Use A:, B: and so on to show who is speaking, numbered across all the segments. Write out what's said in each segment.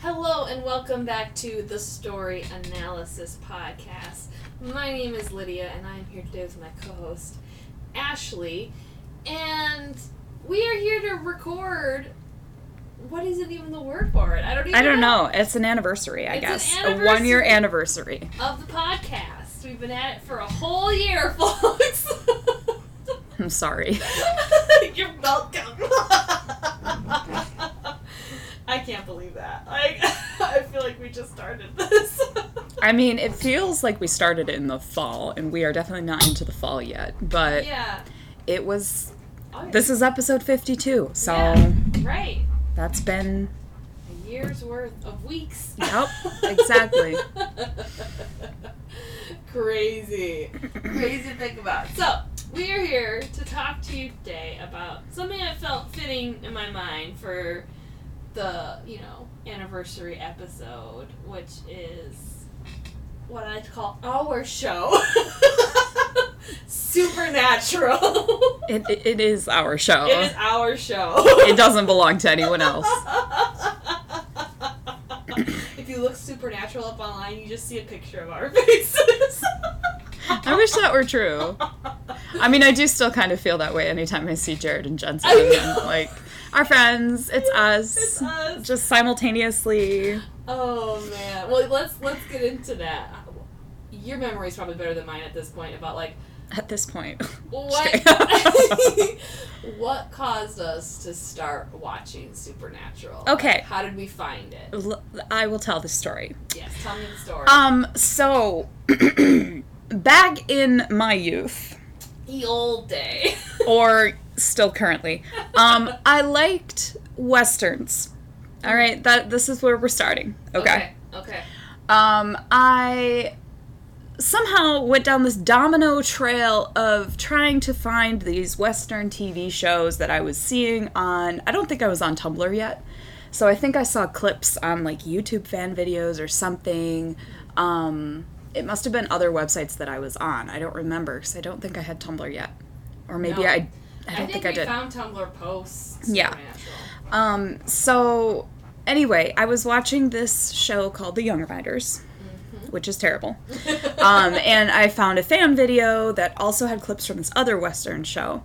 A: Hello and welcome back to the Story Analysis Podcast. My name is Lydia and I'm here today with my co host, Ashley. And we are here to record. What is it even the word for it? I don't even
B: I don't know. It's an anniversary, I
A: It's an
B: guess.
A: anniversary.
B: A one year anniversary.
A: Of the podcast. We've been at it for a whole year, folks.
B: I'm sorry.
A: You're welcome. I can't believe that. Like, I feel like we just started this.
B: I mean, it feels like we started it in the fall, and we are definitely not into the fall yet, but
A: yeah.
B: it was.
A: Oh,
B: This is episode 52, so
A: Yeah. right.
B: that's been.
A: A year's worth of weeks.
B: Yep, exactly.
A: Crazy. Crazy to think about. So, we are here to talk to you today about something that felt fitting in my mind for the, you know, anniversary episode, which is what I call our show. Supernatural.
B: It, it, it is our show.
A: It is our show.
B: It doesn't belong to anyone else.
A: if you look supernatural up online, you just see a picture of our faces.
B: I wish that were true. I mean, I do still kind of feel that way anytime I see Jared and Jensen.
A: I know.
B: And, like, our friends, it's us.
A: It's us.
B: Just simultaneously.
A: Oh man. Well, let's let's get into that. Your memory is probably better than mine at this point about like
B: At this point,
A: what what caused us to start watching Supernatural.
B: Okay.
A: How did we find it?
B: L- I will tell the story.
A: Yes, tell me the story.
B: Um, so back in my youth,
A: the old day.
B: or still currently, um, I liked westerns. All right, that this is where we're starting. Okay.
A: Okay.
B: Um, I somehow went down this domino trail of trying to find these western TV shows that I was seeing on. I don't think I was on Tumblr yet. So I think I saw clips on like YouTube fan videos or something. Um, it must have been other websites that I was on. I don't remember because I don't think I had Tumblr yet, or maybe
A: No.
B: I. I don't think, I
A: we
B: did.
A: found Tumblr posts.
B: Yeah.
A: Supernatural.
B: um. So anyway, I was watching this show called The Young Riders, which is terrible. um, and I found a fan video that also had clips from this other Western show.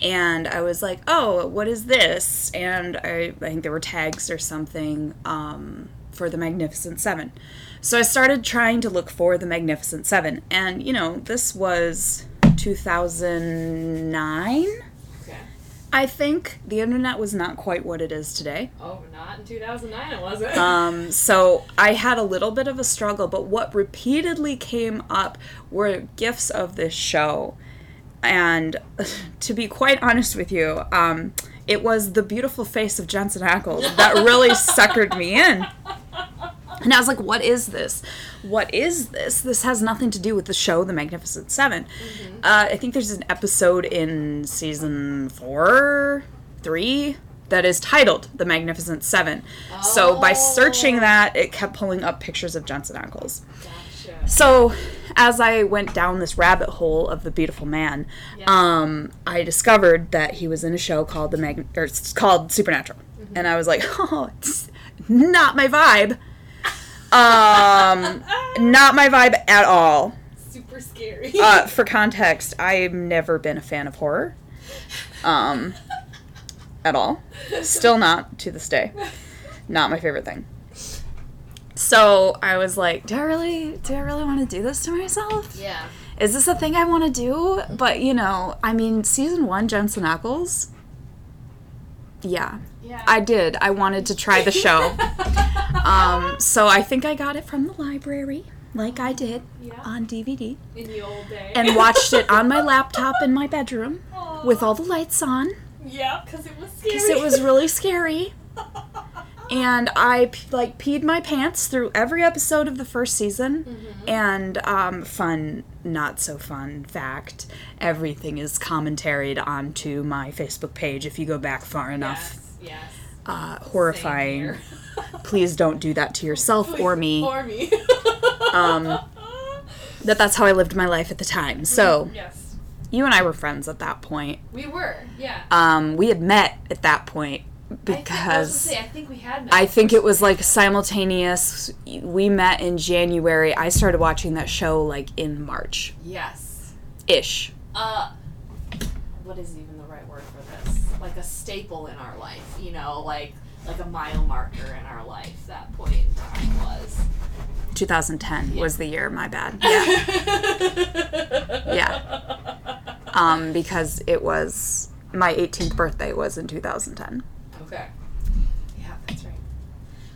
B: And I was like, oh, what is this? And I, I think there were tags or something um, for the Magnificent Seven. So I started trying to look for the Magnificent Seven. And, you know, this was 2009,
A: Okay.
B: I think. The internet was not quite what it is today.
A: Oh, not in 2009, it wasn't.
B: Um, so I had a little bit of a struggle, but what repeatedly came up were gifs of this show. And to be quite honest with you, um, it was the beautiful face of Jensen Ackles that really suckered me in. And I was like, what is this? What is this? This has nothing to do with the show, The Magnificent 7 Uh, I think there's an episode in season four, three, that is titled The Magnificent Seven. So by searching that, it kept pulling up pictures of Johnson Ackles.
A: Gotcha.
B: So as I went down this rabbit hole of The Beautiful Man,
A: Yeah.
B: um, I discovered that he was in a show called The Mag- or it's called Supernatural. And I was like, oh, it's not my vibe. Um, not my vibe at all.
A: Super scary.
B: Uh, for context, I've never been a fan of horror. Um, at all. Still not to this day. Not my favorite thing. So I was like, do I really, do I really want to do this to myself?
A: yeah.
B: Is this a thing I want to do? But you know, I mean, season one, Jensen Ackles. Yeah,
A: Yeah.
B: I did. I wanted to try the show. Um, so I think I got it from the library, like I did
A: yeah.
B: on DVD
A: In the old day.
B: Uh. and watched it on my laptop in my bedroom with all the lights on
A: Yeah, because it was scary.
B: because it was really scary. And I p- like peed my pants through every episode of the first season.
A: Mm-hmm.
B: And um, fun, not so fun fact: everything is commentaried onto my Facebook page. If you go back far enough,
A: Yes. Yes.
B: uh,
A: Same
B: horrifying.
A: here.
B: Please don't do that to yourself or me.
A: Or me.
B: Um, That that's how I lived my life at the time. So
A: Yes.
B: you and I were friends at that point.
A: We were. Yeah.
B: um, we had met at that point
A: I think, I was
B: because
A: gonna say, I think we had. met
B: I think it was
A: before.
B: like simultaneous. We met in January. I started watching that show like in March
A: Yes.
B: ish.
A: Uh, what is even the right word for this? Like a staple in our life, you know, like like a mile marker in our life. That point in time was.
B: 2010 was the year, my bad. Yeah.
A: Yeah.
B: um, because it was my 18th birthday was in 2010.
A: Okay. Yeah, that's right.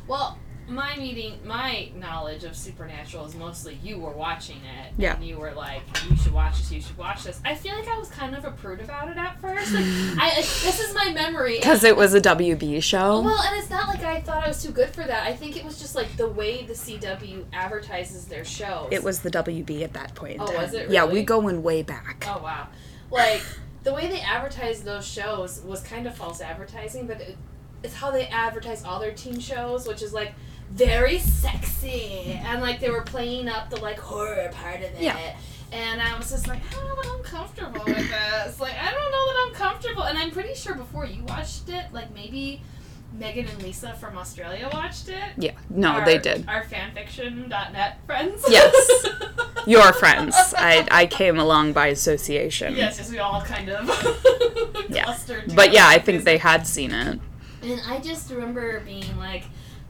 A: Well, my meeting, my knowledge of Supernatural is mostly you were watching it,
B: Yeah.
A: and you were like, "You should watch this. You should watch this." I feel like I was kind of a prude about it at first. Like, I like, this is my memory.
B: Because it was a WB show.
A: Oh, Well, and it's not like I thought I was too good for that. I think it was just like the way the CW advertises their shows.
B: It was the WB at that point. in
A: Oh,
B: time.
A: was it
B: Yeah,
A: really?
B: we going way back.
A: Oh wow! Like the way they advertise those shows was kind of false advertising, but it, it's how they advertise all their teen shows, which is like very sexy, and like they were playing up the like horror part of it.
B: Yeah.
A: And I was just like, I don't know that I'm comfortable with this. Like, I don't know that I'm comfortable. And I'm pretty sure before you watched it, like maybe Megan and Lisa from Australia watched it.
B: Yeah, no,
A: Our-
B: they did.
A: Our fanfiction.net friends.
B: Yes. Your friends. I, I came along by association.
A: Yes, yes, we all kind of
B: Yeah.
A: clustered.
B: But yeah, I
A: together.
B: think they had seen it.
A: And I just remember being like,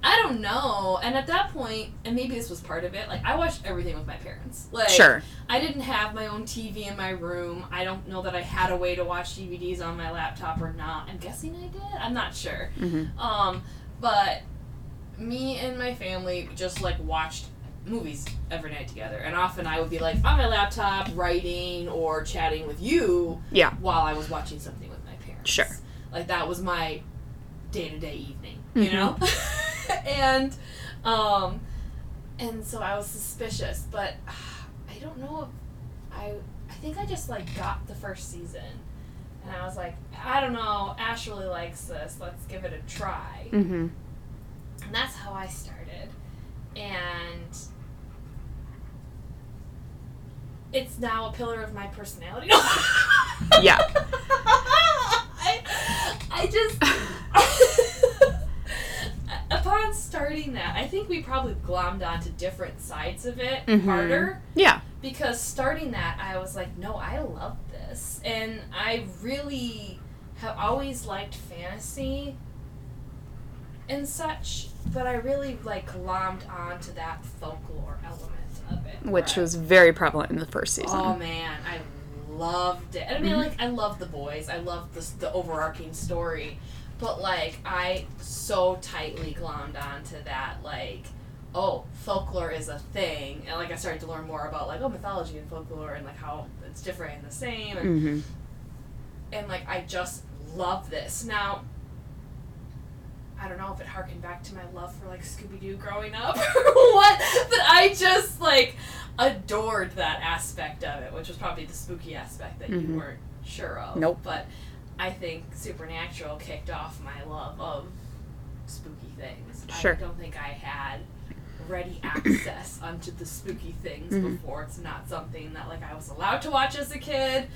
A: I don't know. And at that point, and maybe this was part of it, like I watched everything with my parents. Like
B: Sure.
A: I didn't have my own TV in my room. I don't know that I had a way to watch DVDs on my laptop or not. I'm guessing I did. I'm not sure.
B: hmm
A: Um, but me and my family just like watched movies every night together, and often I would be like on my laptop writing or chatting with you.
B: Yeah.
A: While I was watching something with my parents.
B: Sure.
A: Like that was my day to day evening, you
B: Mm-hmm.
A: know. and, um, and so I was suspicious, but ah, I don't know if I. I think I just like got the first season. And I was like, I don't know, Ash really likes this. Let's give it a try.
B: hmm
A: And that's how I started. And it's now a pillar of my personality.
B: Yeah.
A: I, I just. Upon starting that, I think we probably glommed onto different sides of it
B: Mhm.
A: harder
B: Yeah.
A: because starting that I was like, no, I love this. And I really have always liked fantasy and such, but I really like glommed onto that folklore element of it.
B: Which
A: where I-
B: was very prevalent in the first season.
A: Oh man, I loved it. I mean, like I love the boys. I love this the overarching story, but like I so tightly glommed onto that like. Oh, folklore is a thing, and like I started to learn more about like oh mythology and folklore and like how it's different and the same, and,
B: hmm
A: and like I just love this. Now, I don't know if it harkened back to my love for like Scooby Doo growing up or what, but I just like adored that aspect of it, which was probably the spooky aspect that
B: Mhm.
A: you weren't sure of.
B: Nope.
A: But I think Supernatural kicked off my love of spooky things.
B: Sure.
A: I don't think I had ready access unto the spooky things
B: Mhm.
A: before. It's not something that like I was allowed to watch as a kid,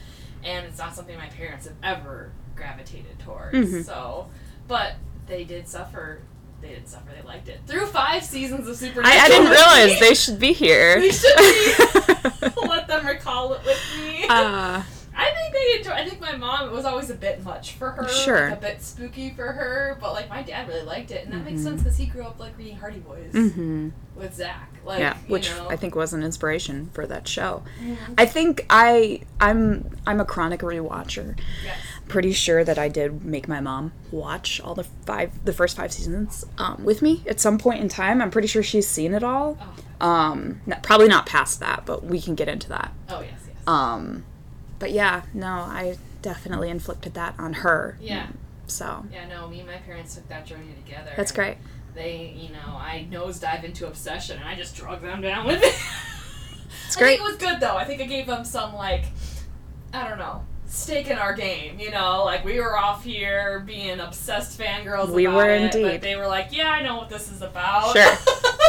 A: and it's not something my parents have ever gravitated towards.
B: Mhm.
A: So, but they did suffer. They did suffer. They liked it through five seasons of Supernatural.
B: I, I didn't
A: with
B: realize
A: me.
B: they should be here.
A: They should let them recall it with me.
B: uh,
A: I think they enjoy. I think my mom it was always a bit much for her,
B: Sure.
A: like, a bit spooky for her. But like my dad really liked it, and that makes
B: Mhm.
A: sense because he grew up like reading Hardy Boys
B: mhm.
A: with Zach. Like,
B: yeah,
A: you
B: which
A: know,
B: I think was an inspiration for that show.
A: Mhm.
B: I think I I'm I'm a chronic rewatcher.
A: yes.
B: Pretty sure that I did make my mom watch all the five the first five seasons um, with me at some point in time. I'm pretty sure she's seen it all.
A: Oh,
B: Um, not, probably not past that, but we can get into that.
A: oh yes, yes.
B: Um, but yeah, no, I definitely inflicted that on her.
A: yeah,
B: So
A: yeah. No, me and my parents took that journey together.
B: that's
A: and
B: great.
A: They, you know, I nose dive into obsession, and I just drug them down with it.
B: It's
A: I
B: great.
A: think it was good though. I think it gave them some like, I don't know, stake in our game. You know, like we were off here being obsessed fangirls.
B: We
A: about
B: were
A: it,
B: indeed.
A: But they were like, yeah, I know what this is about.
B: Sure.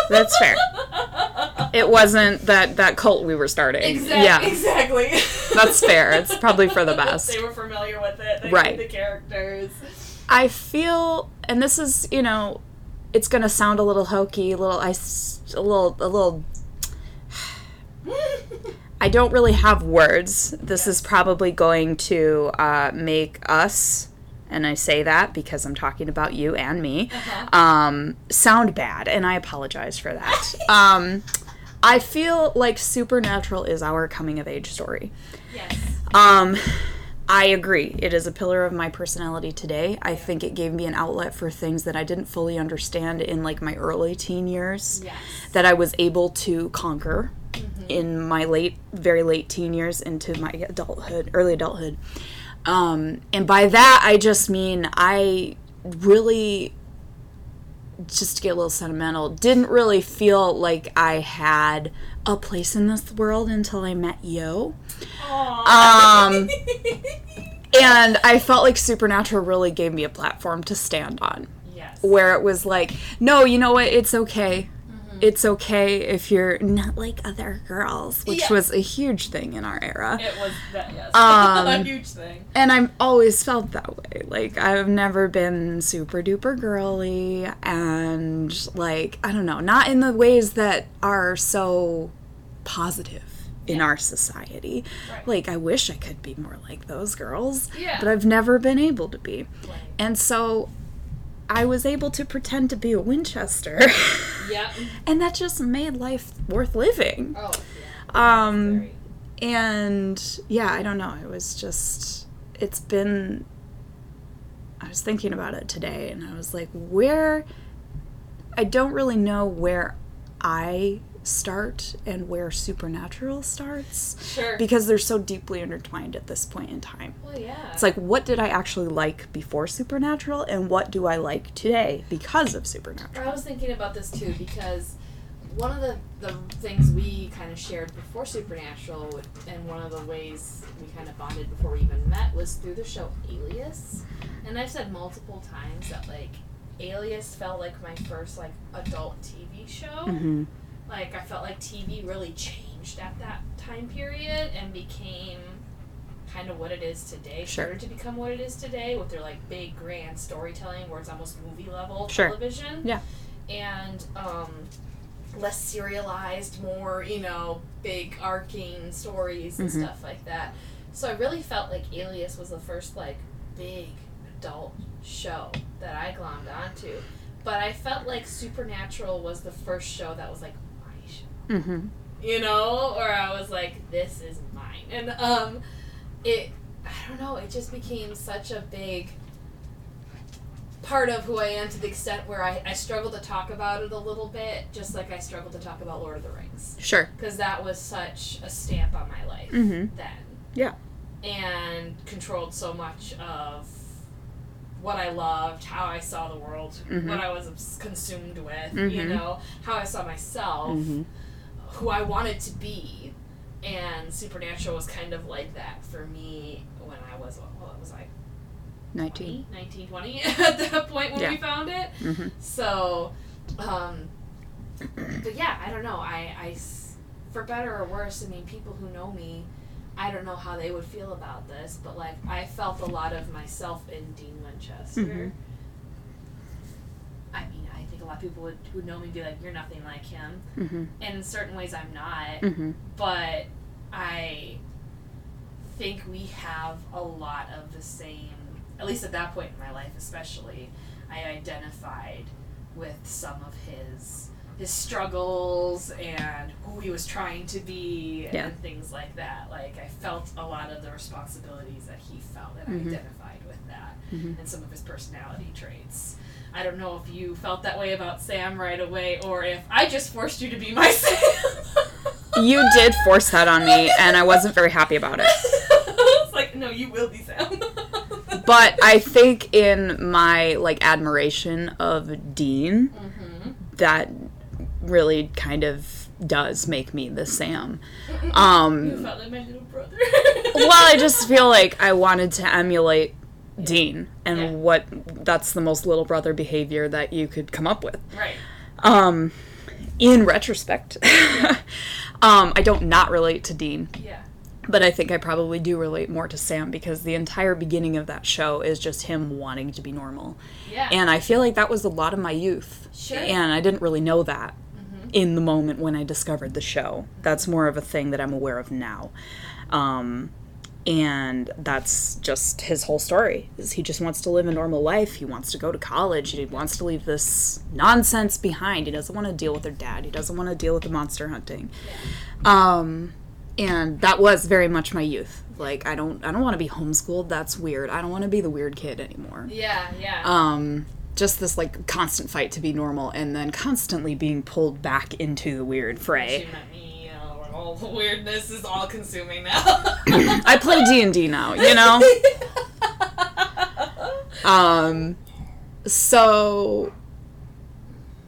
B: That's fair.
A: exactly.
B: It wasn't that that cult we were starting. Yeah,
A: Exactly.
B: That's fair. It's probably for the best.
A: they were familiar with it. They
B: Right.
A: knew the characters.
B: I feel, and this is, you know, it's gonna sound a little hokey, a little, I, s- a little, a little. I don't really have words. This is probably going to uh, make us, and I say that because I'm talking about you and me,
A: Uh-huh.
B: um, sound bad, and I apologize for that. um, I feel like Supernatural is our coming of age story.
A: yes.
B: Um, I agree. It is a pillar of my personality today. I think it gave me an outlet for things that I didn't fully understand in like my early teen years
A: Yes.
B: that I was able to conquer in my late, very late teen years into my adulthood, early adulthood. Um, and by that, I just mean I really, just to get a little sentimental, didn't really feel like I had a place in this world until I met you. Um, And I felt like Supernatural really gave me a platform to stand on
A: yes.
B: where it was like, no, you know what? It's okay. It's okay if you're not like other girls, which
A: Yeah.
B: was a huge thing in our era.
A: It was that yes. a
B: Um,
A: huge thing.
B: And I've always felt that way. Like, I've never been super duper girly and, like, I don't know, not in the ways that are so positive in
A: Yeah.
B: our society.
A: Right.
B: Like, I wish I could be more like those girls,
A: Yeah.
B: but I've never been able to be.
A: Right.
B: And so I was able to pretend to be a Winchester.
A: Yep.
B: and that just made life worth living.
A: Oh, yeah.
B: Um
A: Very.
B: and yeah, I don't know. It was just it's been I was thinking about it today and I was like, where I don't really know where I start and where supernatural starts
A: Sure.
B: because they're so deeply intertwined at this point in time.
A: well, yeah.
B: It's like, what did I actually like before Supernatural, and what do I like today because of Supernatural?
A: I was thinking about this too because one of the, the things we kind of shared before Supernatural, would- and one of the ways we kind of bonded before we even met, was through the show Alias. And I've said multiple times that like Alias felt like my first like adult TV show.
B: Mm-hmm.
A: Like I felt like TV really changed at that time period and became kind of what it is today.
B: Sure.
A: Started to become what it is today with their like big grand storytelling where it's almost movie level
B: Sure.
A: television.
B: Yeah.
A: And um less serialized, more, you know, big arcing stories and
B: Mhm.
A: stuff like that. So I really felt like Alias was the first like big adult show that I glommed onto. But I felt like Supernatural was the first show that was like my show
B: Mm-hmm.
A: you know or i was like this is mine and um it i don't know it just became such a big part of who i am to the extent where i, I struggle to talk about it a little bit just like i struggle to talk about lord of the rings
B: Sure.
A: because that was such a stamp on my life
B: Mhm.
A: then
B: Yeah.
A: and controlled so much of what I loved, how I saw the world,
B: Mhm.
A: what I was obs- consumed with, you
B: Mhm.
A: know, how I saw myself,
B: Mhm.
A: who I wanted to be, and Supernatural was kind of like that for me when I was well, it was like
B: 19
A: 19, 20 at that point when we found it.
B: Mm-hmm.
A: So, um, but yeah, I don't know. I, I s- for better or worse, I mean, people who know me, I don't know how they would feel about this, but like, I felt a lot of myself in Dean Winchester.
B: Mhm.
A: I mean, I think a lot of people would, would know me and be like, you're nothing like him.
B: Mm-hmm.
A: And in certain ways, I'm not
B: Mm-hmm.
A: but I think we have a lot of the same, at least at that point in my life, especially, I identified with some of his his struggles and who he was trying to be
B: Yeah.
A: and things like that. Like I felt a lot of the responsibilities that he felt and
B: Mhm.
A: I identified with that
B: Mhm.
A: and some of his personality traits. I don't know if you felt that way about Sam right away or if I just forced you to be my Sam.
B: You did force that on me, and I wasn't very happy about it.
A: it's like, no, you will be Sam.
B: But I think in my like admiration of Dean,
A: hmm
B: that really kind of does make me the Sam. Um,
A: You felt like my little brother.
B: well, I just feel like I wanted to emulate Dean and
A: Yeah.
B: what that's the most little brother behavior that you could come up with.
A: Right.
B: Um in retrospect. um I don't not relate to Dean,
A: Yeah.
B: But I think I probably do relate more to Sam because the entire beginning of that show is just him wanting to be normal.
A: Yeah.
B: And I feel like that was a lot of my youth.
A: Sure. Mm-hmm.
B: And I didn't really know that in the moment when I discovered the show. That's more of a thing that I'm aware of now. Um, and that's just his whole story. Is he just wants to live a normal life. He wants to go to college. He wants to leave this nonsense behind. He doesn't want to deal with their dad. He doesn't want to deal with the monster hunting. Um, and that was very much my youth. Like I don't I don't want to be homeschooled. That's weird. I don't want to be the weird kid anymore
A: yeah, yeah.
B: um, just this like constant fight to be normal and then constantly being pulled back into the weird
A: She
B: fray
A: meant me, you know, where all the weirdness is all consuming now.
B: i play d&d now you know um, so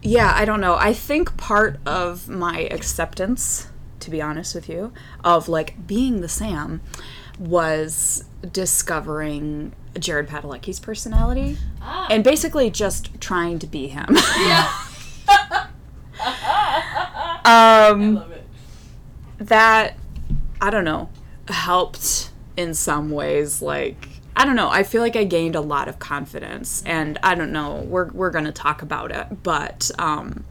B: yeah i don't know i think part of my acceptance to be honest with you of like being the sam was discovering jared padalecki's personality
A: ah,
B: and basically just trying to be him
A: yeah. I
B: um,
A: love it.
B: that I don't know helped in some ways like I don't know I feel like I gained a lot of confidence and I don't know we're we're going to talk about it but um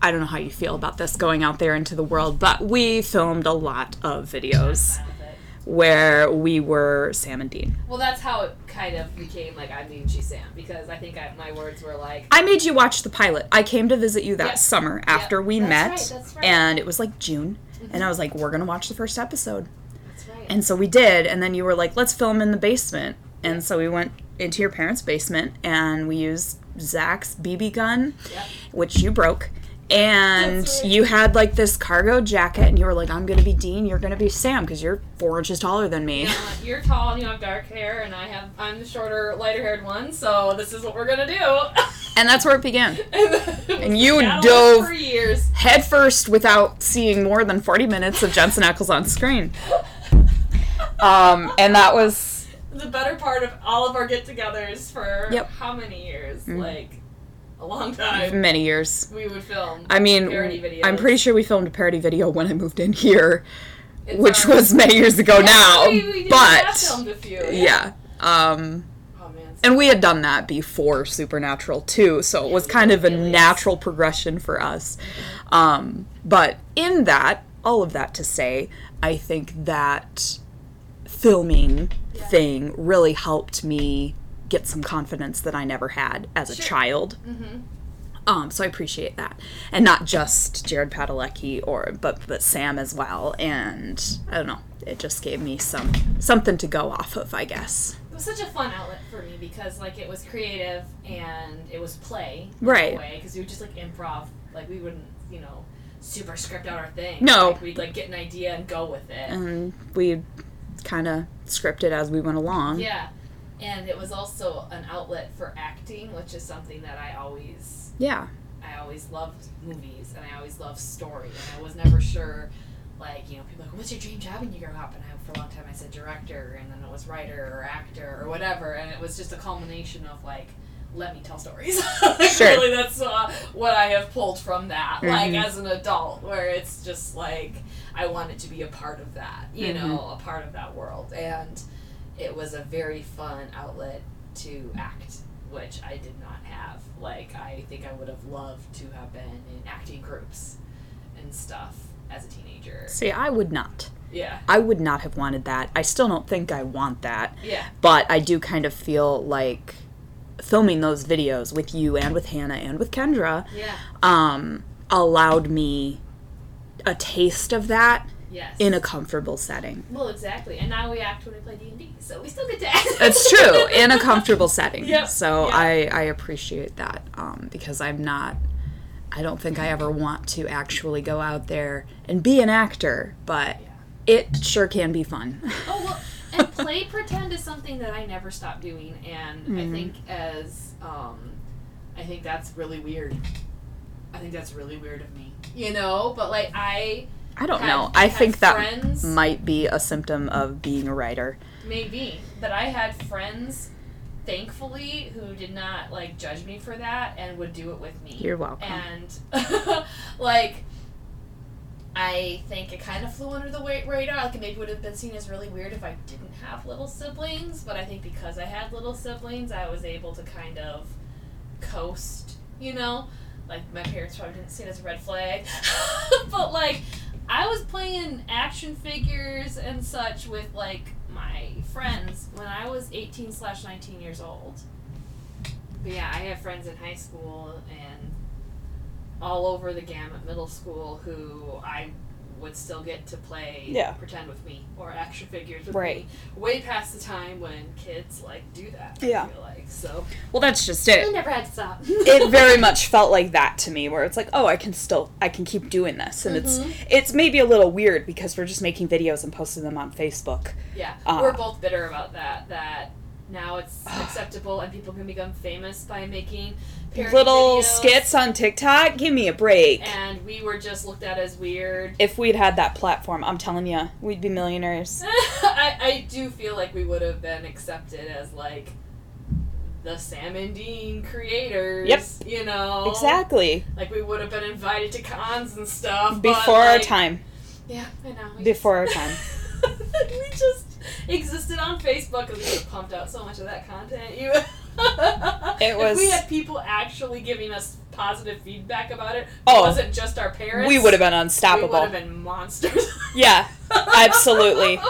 B: I don't know how you feel about this going out there into the world but we filmed a lot of videos
A: I love it.
B: where we were Sam and Dean.
A: Well, that's how it kind of became like I mean she Sam because I think I, my words were like
B: I made you watch the pilot. I came to visit you that
A: Yep.
B: summer after
A: Yep.
B: we
A: That's right,
B: met
A: that's right. Mm-hmm.
B: and it was like June and I was like we're going to watch the first episode.
A: that's right.
B: And so we did, and then you were like, let's film in the basement. And so we went into your parents' basement and we used Zach's BB gun,
A: Yep.
B: which you broke. And
A: That's right.
B: you had like this cargo jacket, and you were like, I'm gonna be Dean, you're gonna be Sam, because you're four inches taller than me.
A: Yeah, you're tall and you have dark hair, and I have I'm the shorter, lighter haired one. So this is what we're gonna do.
B: And that's where it began.
A: and then it was
B: you
A: a battle
B: dove-
A: for years.
B: Head first without seeing more than 40 minutes of Jensen Ackles on screen. Um, and that was,
A: the better part of all of our get-togethers for
B: Yep.
A: how many years?
B: Mhm.
A: Like a long time.
B: many years.
A: We would film.
B: I mean,
A: Parody videos.
B: I'm pretty sure we filmed a parody video when I moved in here.
A: It's
B: which
A: our-
B: was many years ago
A: Yeah,
B: now.
A: we- we did. I
B: but
A: filmed a few.
B: yeah. Um
A: Oh man.
B: and we had done that before Supernatural too, so it was kind of a
A: Alias.
B: natural progression for us. Um but in that, all of that to say, I think that filming
A: Yeah.
B: thing really helped me get some confidence that I never had as a
A: Sure.
B: child.
A: Mhm.
B: Um, so I appreciate that, and not just Jared Padalecki or but but Sam as well. And I don't know, it just gave me some something to go off of, I guess.
A: It was such a fun outlet for me because like it was creative and it was play.
B: Right.
A: Because we would just like improv. Like we wouldn't, you know, super script out our thing.
B: No. Uh-huh.
A: Like, we'd like get an idea and go with it.
B: And we kind of scripted as we went along.
A: Yeah. And it was also an outlet for acting, which is something that I always
B: Yeah.
A: I always loved movies and I always loved story and I was never sure like, you know, people are like, What's your dream job when you grow up? And I for a long time I said director and then it was writer or actor or whatever and it was just a culmination of like let me tell stories. Like,
B: Sure.
A: Really, that's uh, what I have pulled from that.
B: Mhm.
A: Like as an adult, where it's just like I wanted to be a part of that, you know, a part of that world, and it was a very fun outlet to act, which I did not have. Like I think I would have loved to have been in acting groups and stuff as a teenager.
B: See, I would not.
A: Yeah,
B: I would not have wanted that. I still don't think I want that.
A: yeah,
B: but I do kind of feel like filming those videos with you and with Hannah and with Kendra
A: yeah,
B: um, allowed me a taste of that
A: yes.
B: in a comfortable setting.
A: well, exactly, and now we act when we play D and D, so we still get to act.
B: That's true, in a comfortable setting.
A: Yep,
B: So
A: yeah.
B: I, I appreciate that um, because I'm not, I don't think I ever want to actually go out there and be an actor, but
A: Yeah.
B: it sure can be fun.
A: Oh well, and play pretend is something that I never stopped doing, and I
B: Mhm.
A: think as um, I think that's really weird. I think that's really weird of me, you know. But like I
B: I don't
A: had-
B: know. I
A: had
B: think that
A: friends,
B: might be a symptom of being a writer.
A: maybe, but I had friends, thankfully, who did not like judge me for that and would do it with me.
B: You're welcome.
A: and like I think it kind of flew under the wa- radar. Like it maybe would have been seen as really weird if I didn't have little siblings, but I think because I had little siblings, I was able to kind of coast, you know? Like my parents probably didn't see it as a red flag. but like I was playing action figures and such with like my friends when I was 18 slash 19 years old. But yeah, I have friends in high school and all over the gamut middle school who I would still get to play
B: Yeah.
A: pretend with me or action figures with
B: Right.
A: me way past the time when kids like do that.
B: Yeah.
A: I feel like so
B: Well, that's just
A: I
B: it.
A: never had to stop.
B: It very much felt like that to me, where it's like, oh, I can still, I can keep doing this, and
A: Mm-hmm.
B: it's, it's maybe a little weird because we're just making videos and posting them on Facebook.
A: yeah,
B: Uh.
A: we're both bitter about that. That now it's acceptable and people can become famous by making parody
B: Little
A: videos,
B: skits on TikTok. Give me a break.
A: and we were just looked at as weird.
B: if we'd had that platform, I'm telling you, we'd be millionaires.
A: I, I do feel like we would have been accepted as like the Salmon Dean creators.
B: Yep.
A: You know.
B: Exactly.
A: Like we would have been invited to cons and stuff but,
B: Before our
A: like-
B: time.
A: Yeah, I know. we
B: Before
A: just-
B: our time.
A: we just existed on Facebook and we just pumped out so much of that content. You.
B: It
A: If we
B: was-
A: had people actually giving us positive feedback about it.
B: Oh.
A: it wasn't just our parents.
B: We would have been
A: We would
B: unstoppable.
A: have been monsters.
B: Yeah, absolutely.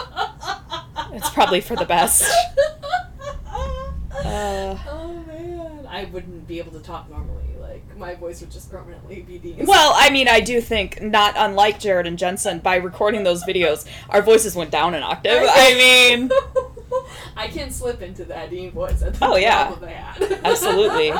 B: It's probably for the best. Uh,
A: oh man, I wouldn't be able to talk normally. Like my voice would just permanently be deep.
B: well, I mean, I do think, not unlike Jared and Jensen, by recording those videos, our voices went down an octave. I mean,
A: I can slip into that Dean voice. At the
B: Oh, yeah.
A: top of the hat.
B: Absolutely.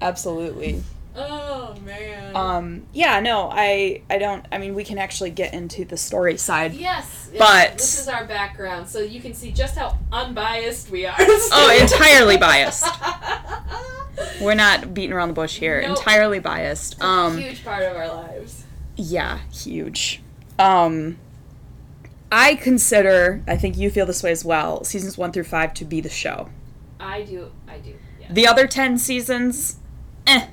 B: absolutely.
A: oh man.
B: Um, yeah, no, I, I don't. I mean, we can actually get into the story side.
A: Yes, yes,
B: But-
A: this is our background, so you can see just how unbiased we are.
B: Oh, entirely biased.
A: biased.
B: We're not beating around the bush here.
A: Nope.
B: Entirely biased. Um,
A: huge part of our lives.
B: Yeah, huge. Um I consider, I think you feel this way as well, seasons 1 through 5 to be the show.
A: I do, I do. Yeah.
B: The other 10 seasons, eh.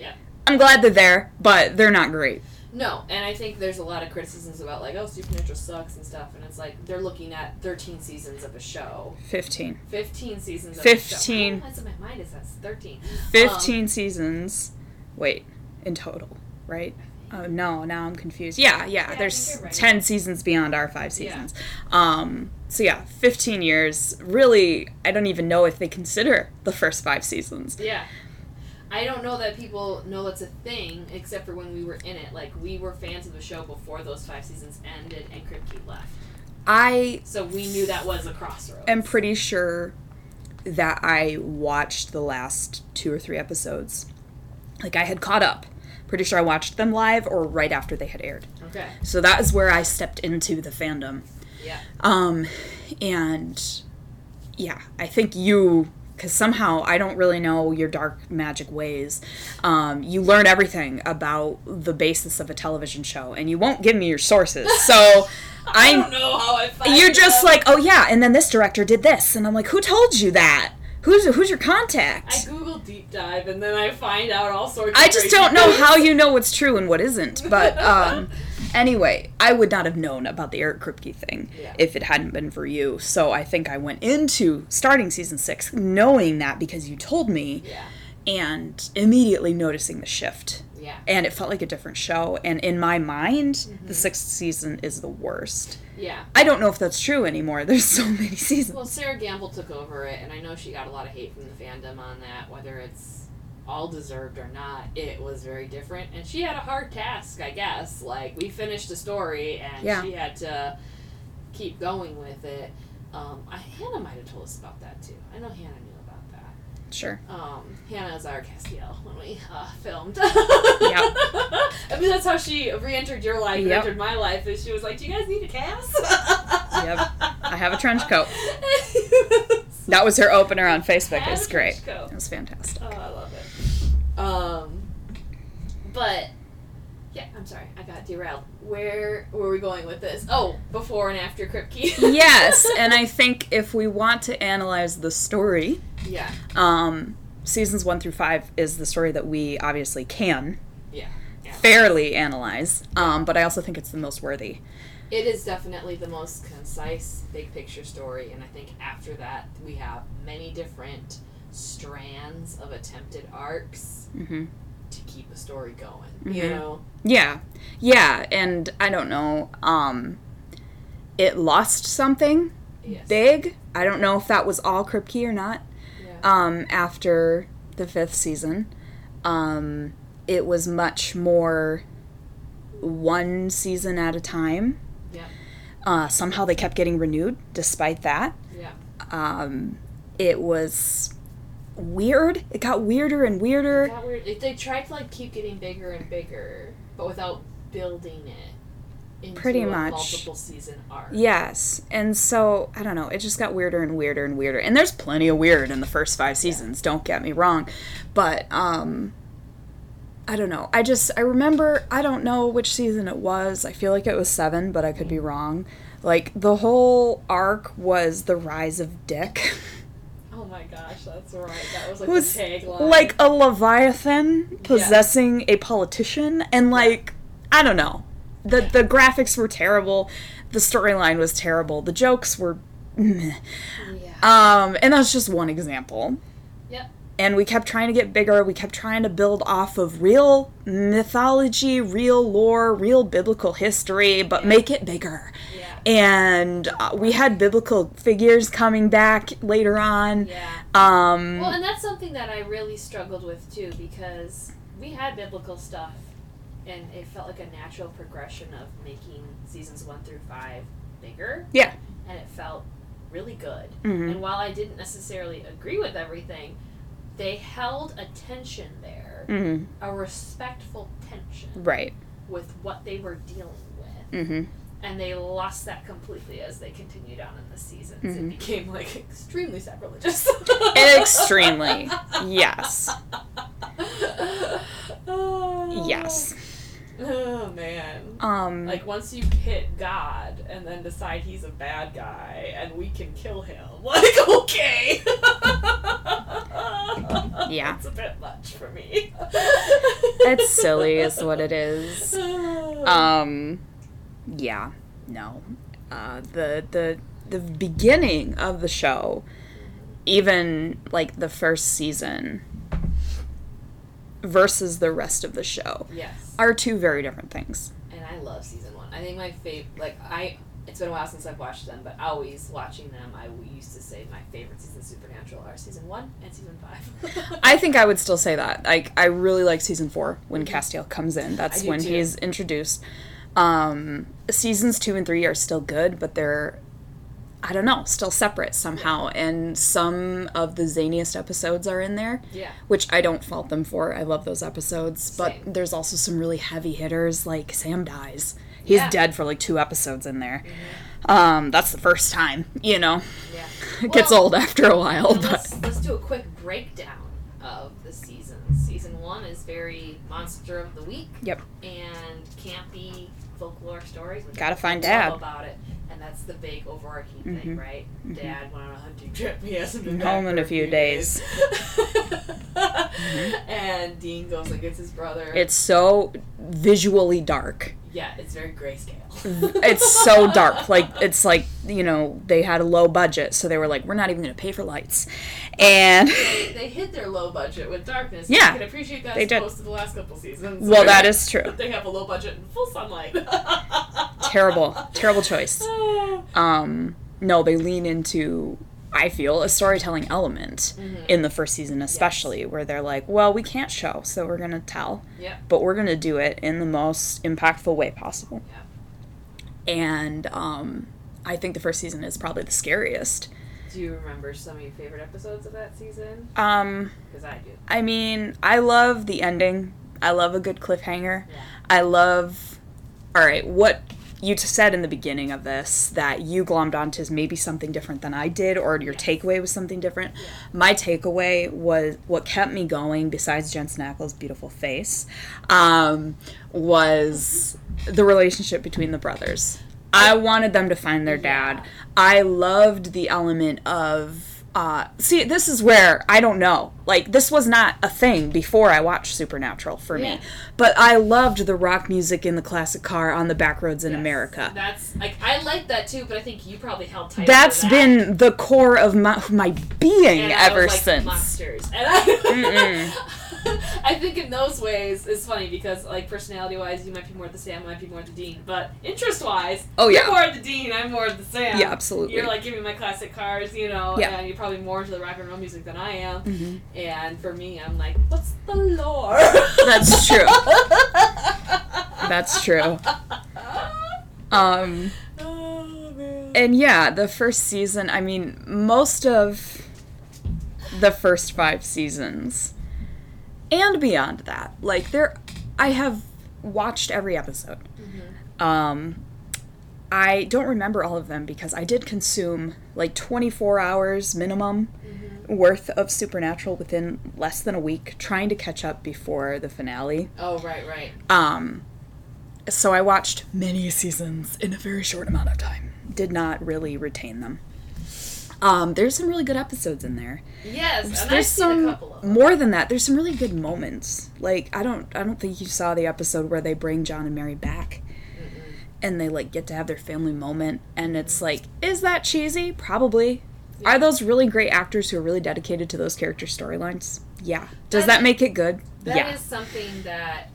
A: Yeah.
B: I'm glad they're there, but they're not great.
A: No, and I think there's a lot of criticisms about like, oh, Supernatural sucks and stuff, and it's like they're looking at 13 seasons of a show,
B: 15.
A: 15 seasons of a
B: 15.
A: show. 15. That's in my mind is that's 13.
B: 15
A: Um.
B: seasons. Wait, in total, right? Oh no, now I'm confused. Yeah, yeah,
A: I think
B: there's
A: you're right.
B: 10 seasons beyond our 5
A: Yeah.
B: seasons. Um so yeah, 15 years. Really, I don't even know if they consider the first 5 seasons.
A: Um, Yeah. I don't know that people know it's a thing, except for when we were in it. Like we were fans of the show before those five seasons ended and Kripke left,
B: I
A: so we knew that was a crossroads.
B: am pretty sure that I watched the last two or three episodes. Like I had caught up. Pretty sure I watched them live or right after they had aired.
A: okay.
B: So that is where I stepped into the fandom.
A: Yeah.
B: Um and yeah, I think you cuz somehow I don't really know your dark magic ways. Um you learn everything about the basis of a television show and you won't give me your sources. So
A: I
B: I'm
A: don't know how I. Find
B: you're just
A: them.
B: like, oh yeah, and then this director did this, and I'm like, who told you that? Who's who's your
A: I
B: contact?
A: Google deep dive and then I find out all sorts.
B: I,
A: of
B: just
A: crazy
B: don't know
A: things.
B: how you know what's true and what isn't. But um, anyway, I would not have known about the Eric Kripke thing
A: Yeah.
B: if it hadn't been for you. So I think I went into starting season six knowing that because you told me,
A: Yeah.
B: and immediately noticing the shift.
A: Yeah.
B: And it felt like a different show. And in my mind,
A: Mm-hmm.
B: the sixth season is the worst.
A: Yeah.
B: I don't know if that's true anymore. There's so many seasons.
A: Well, Sarah Gamble took over it, and I know she got a lot of hate from the fandom on that, whether it's all deserved or not. It was very different, and she had a hard task, I guess. Like, we finished a story, and
B: Yeah.
A: she had to keep going with it. Um, I, Hannah might have told us about that, too. I know Hannah knew about that.
B: Sure.
A: Um, Hannah is our Castiel when we uh, filmed.
B: Yep.
A: I mean, that's how she re-entered your life,
B: Yep.
A: re-entered my life, is she was like, do you guys need a cast?
B: Yep. I have a trench coat.
A: It's
B: That was her opener on Facebook. It's
A: Average
B: great.
A: Coke.
B: It was fantastic.
A: Oh, I love it. Um, but yeah, I'm sorry, I got derailed. Where were we going with this? Oh, before and after Kripke.
B: yes, and I think if we want to analyze the story,
A: yeah,
B: um, seasons one through five is the story that we obviously can.
A: yeah, yeah.
B: fairly analyze, um, but I also think it's the most worthy.
A: It is definitely the most concise big picture story, and I think after that we have many different strands of attempted arcs
B: hmm
A: to keep a story going. You
B: Mhm.
A: know,
B: Yeah, yeah, and I don't know. Um, it lost something
A: yes,
B: big. I don't know if that was all Kripke or not.
A: yeah.
B: um, after the fifth season. Um, it was much more one season at a time.
A: Yeah.
B: Uh, somehow they kept getting renewed despite that.
A: yeah,
B: Um, it was weird. It got weirder and weirder.
A: that weird. If they tried to like keep getting bigger and bigger, but without building it into
B: Pretty
A: a
B: much.
A: multiple season arc.
B: Yes. And so, I don't know, it just got weirder and weirder and weirder. And there's plenty of weird in the first five seasons, don't get me wrong. But, um, I don't know. I just, I remember, I don't know which season it was. I feel like it was seven, but I could be wrong. Like, the whole arc was the rise of Dick,
A: Oh my gosh, that's right. That was like
B: who's
A: the tagline.
B: like a Leviathan possessing a politician. And, like, I don't know. The,
A: Yeah.
B: the graphics were terrible. The storyline was terrible. The jokes were. meh.
A: yeah.
B: Um, and that's just one example.
A: Yep.
B: And we kept trying to get bigger. We kept trying to build off of real mythology, real lore, real biblical history, but make it bigger.
A: yeah.
B: And uh, we had biblical figures coming back later on.
A: Yeah.
B: Um,
A: Well, and that's something that I really struggled with too because we had biblical stuff and it felt like a natural progression of making seasons 1 through 5 bigger.
B: Yeah.
A: And it felt really good.
B: mhm.
A: And while I didn't necessarily agree with everything, they held a tension there,
B: Mhm.
A: a respectful tension
B: Right.
A: with what they were dealing with.
B: hmm
A: And they lost that completely as they continued on in the seasons.
B: Mhm.
A: It became like extremely sacrilegious.
B: Extremely. Yes.
A: yes.
B: Yes.
A: Oh man.
B: Um,
A: Like once you hit God and then decide he's a bad guy and we can kill him. Like okay.
B: Yeah.
A: It's a bit much for me.
B: it's silly, is what it is. Um, yeah, no. Uh, the the the beginning of the show, even like the first season versus the rest of the show,
A: yes.
B: are two very different things.
A: and I love season one. I think my favorite, like I, it's been a while since I've watched them, but always watching them, I w- used to say my favorite season of Supernatural are season one and season five.
B: I think I would still say that. Like, I really like season four when Castiel comes in. That's
A: Mm-hmm. I do
B: when
A: too.
B: he's introduced. Um, seasons two and three are still good, but they're, I don't know, still separate somehow. And some of the zaniest episodes are in there.
A: yeah,
B: which I don't fault them for. I love those episodes, but
A: Same.
B: there's also some really heavy hitters like Sam dies. He's
A: Yeah. Mm-hmm.
B: dead for like two episodes in there. Um, that's the first time, you know.
A: yeah.
B: It gets
A: Well,
B: old after a while,
A: now
B: but
A: let's, let's do a quick breakdown of the seasons. Season one is very monster of the week.
B: Yep.
A: And campy folklore stories. which
B: Gotta
A: I
B: find
A: love
B: Dad.
A: about it, and that's the big overarching thing,
B: Mhm.
A: right? Dad went on a hunting trip. He hasn't been
B: Home
A: back
B: in
A: for
B: a few days. Mm-hmm.
A: and Dean goes and gets his brother.
B: it's so visually dark.
A: yeah, it's very grayscale.
B: It's so dark. Like it's like, you know, they had a low budget, so they were like, We're not even gonna pay for lights. And
A: They, they hid their low budget with darkness.
B: Yeah,
A: I can appreciate that
B: they
A: as
B: did.
A: opposed to the last couple seasons.
B: well
A: where
B: that is true.
A: They have a low budget and full sunlight. Mm-hmm.
B: Terrible. Terrible choice.
A: Oh.
B: um no they lean into i feel a storytelling element in the first season especially where they're like well we can't show so we're going to tell
A: Yeah.
B: but we're going to do it in the most impactful way possible
A: Yeah.
B: and um i think the first season is probably the scariest
A: Do you remember some of your favorite episodes of that season?
B: um
A: Because I do.
B: i mean i love the ending i love a good cliffhanger
A: Yeah.
B: i love all right what you t- said in the beginning of this that you glommed onto is maybe something different than I did, or your
A: Yes.
B: takeaway was something different. My takeaway was what kept me going, besides Jen Snackle's beautiful face, um, was the relationship between the brothers. I wanted them to find their dad. I loved the element of Uh, see, this is where I don't know. Like, this was not a thing before I watched Supernatural for
A: Yeah.
B: me. But I loved the rock music in the classic car on the back roads in
A: Yes.
B: America.
A: That's like I like that too, but I think you probably helped. Tight
B: That's
A: for that.
B: been the core of my, my being
A: And I
B: ever
A: was like,
B: since.
A: Monsters. And I, I think in those ways it's funny because like personality wise you might be more the Sam, I might be more the Dean, but interest wise,
B: Oh,
A: you're
B: yeah.
A: more the Dean, I'm more the Sam.
B: Yeah, absolutely.
A: You're like giving me my classic cars, you know,
B: Yeah.
A: and you're probably more into the rock and roll music than I am.
B: Mhm.
A: And for me, I'm like, what's the lore?
B: That's true. That's true. Um,
A: Oh man.
B: and yeah, the first season, I mean, most of the first five seasons and beyond that, like, there, I have watched every episode. Um, I don't remember all of them because I did consume like 24 hours minimum worth of Supernatural within less than a week, trying to catch up before the finale.
A: oh right, right.
B: Um, so I watched many seasons in a very short amount of time. Did not really retain them. Um, there's some really good episodes in there.
A: Yes, and I've
B: there's
A: seen
B: some
A: a couple of them.
B: more than that. There's some really good moments. Like I don't, I don't think you saw the episode where they bring John and Mary back, and they like get to have their family moment. And it's like, is that cheesy? Probably. Are those really great actors who are really dedicated to those character storylines? Yeah. Does
A: That-
B: that, make it good?
A: That is
B: yeah.
A: something that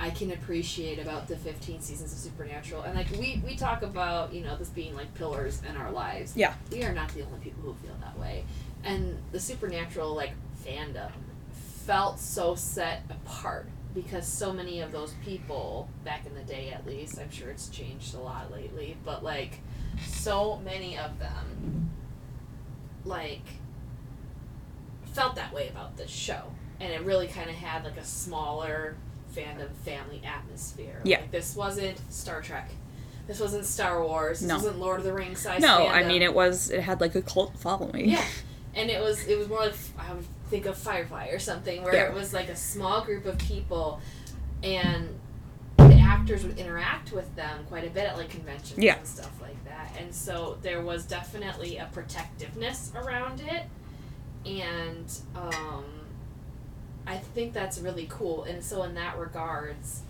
A: I can appreciate about the 15 seasons of Supernatural. And like we we talk about, you know, this being like pillars in our lives.
B: Yeah.
A: We are not the only people who feel that way. And the Supernatural like fandom felt so set apart because so many of those people back in the day at least, I'm sure it's changed a lot lately, but like so many of them like felt that way about this show and it really kind of had like a smaller fandom family atmosphere
B: Yeah.
A: like, this wasn't star trek this wasn't star wars this
B: No.
A: wasn't lord of the rings size
B: no, I
A: fandom.
B: mean it was. It had like a cult following.
A: yeah and it was it was more like i would think of firefly or something where
B: Yeah.
A: it was like a small group of people and the actors would interact with them quite a bit at like conventions
B: Yeah.
A: and stuff like that and so there was definitely a protectiveness around it and um, i think that's really cool and so in that regards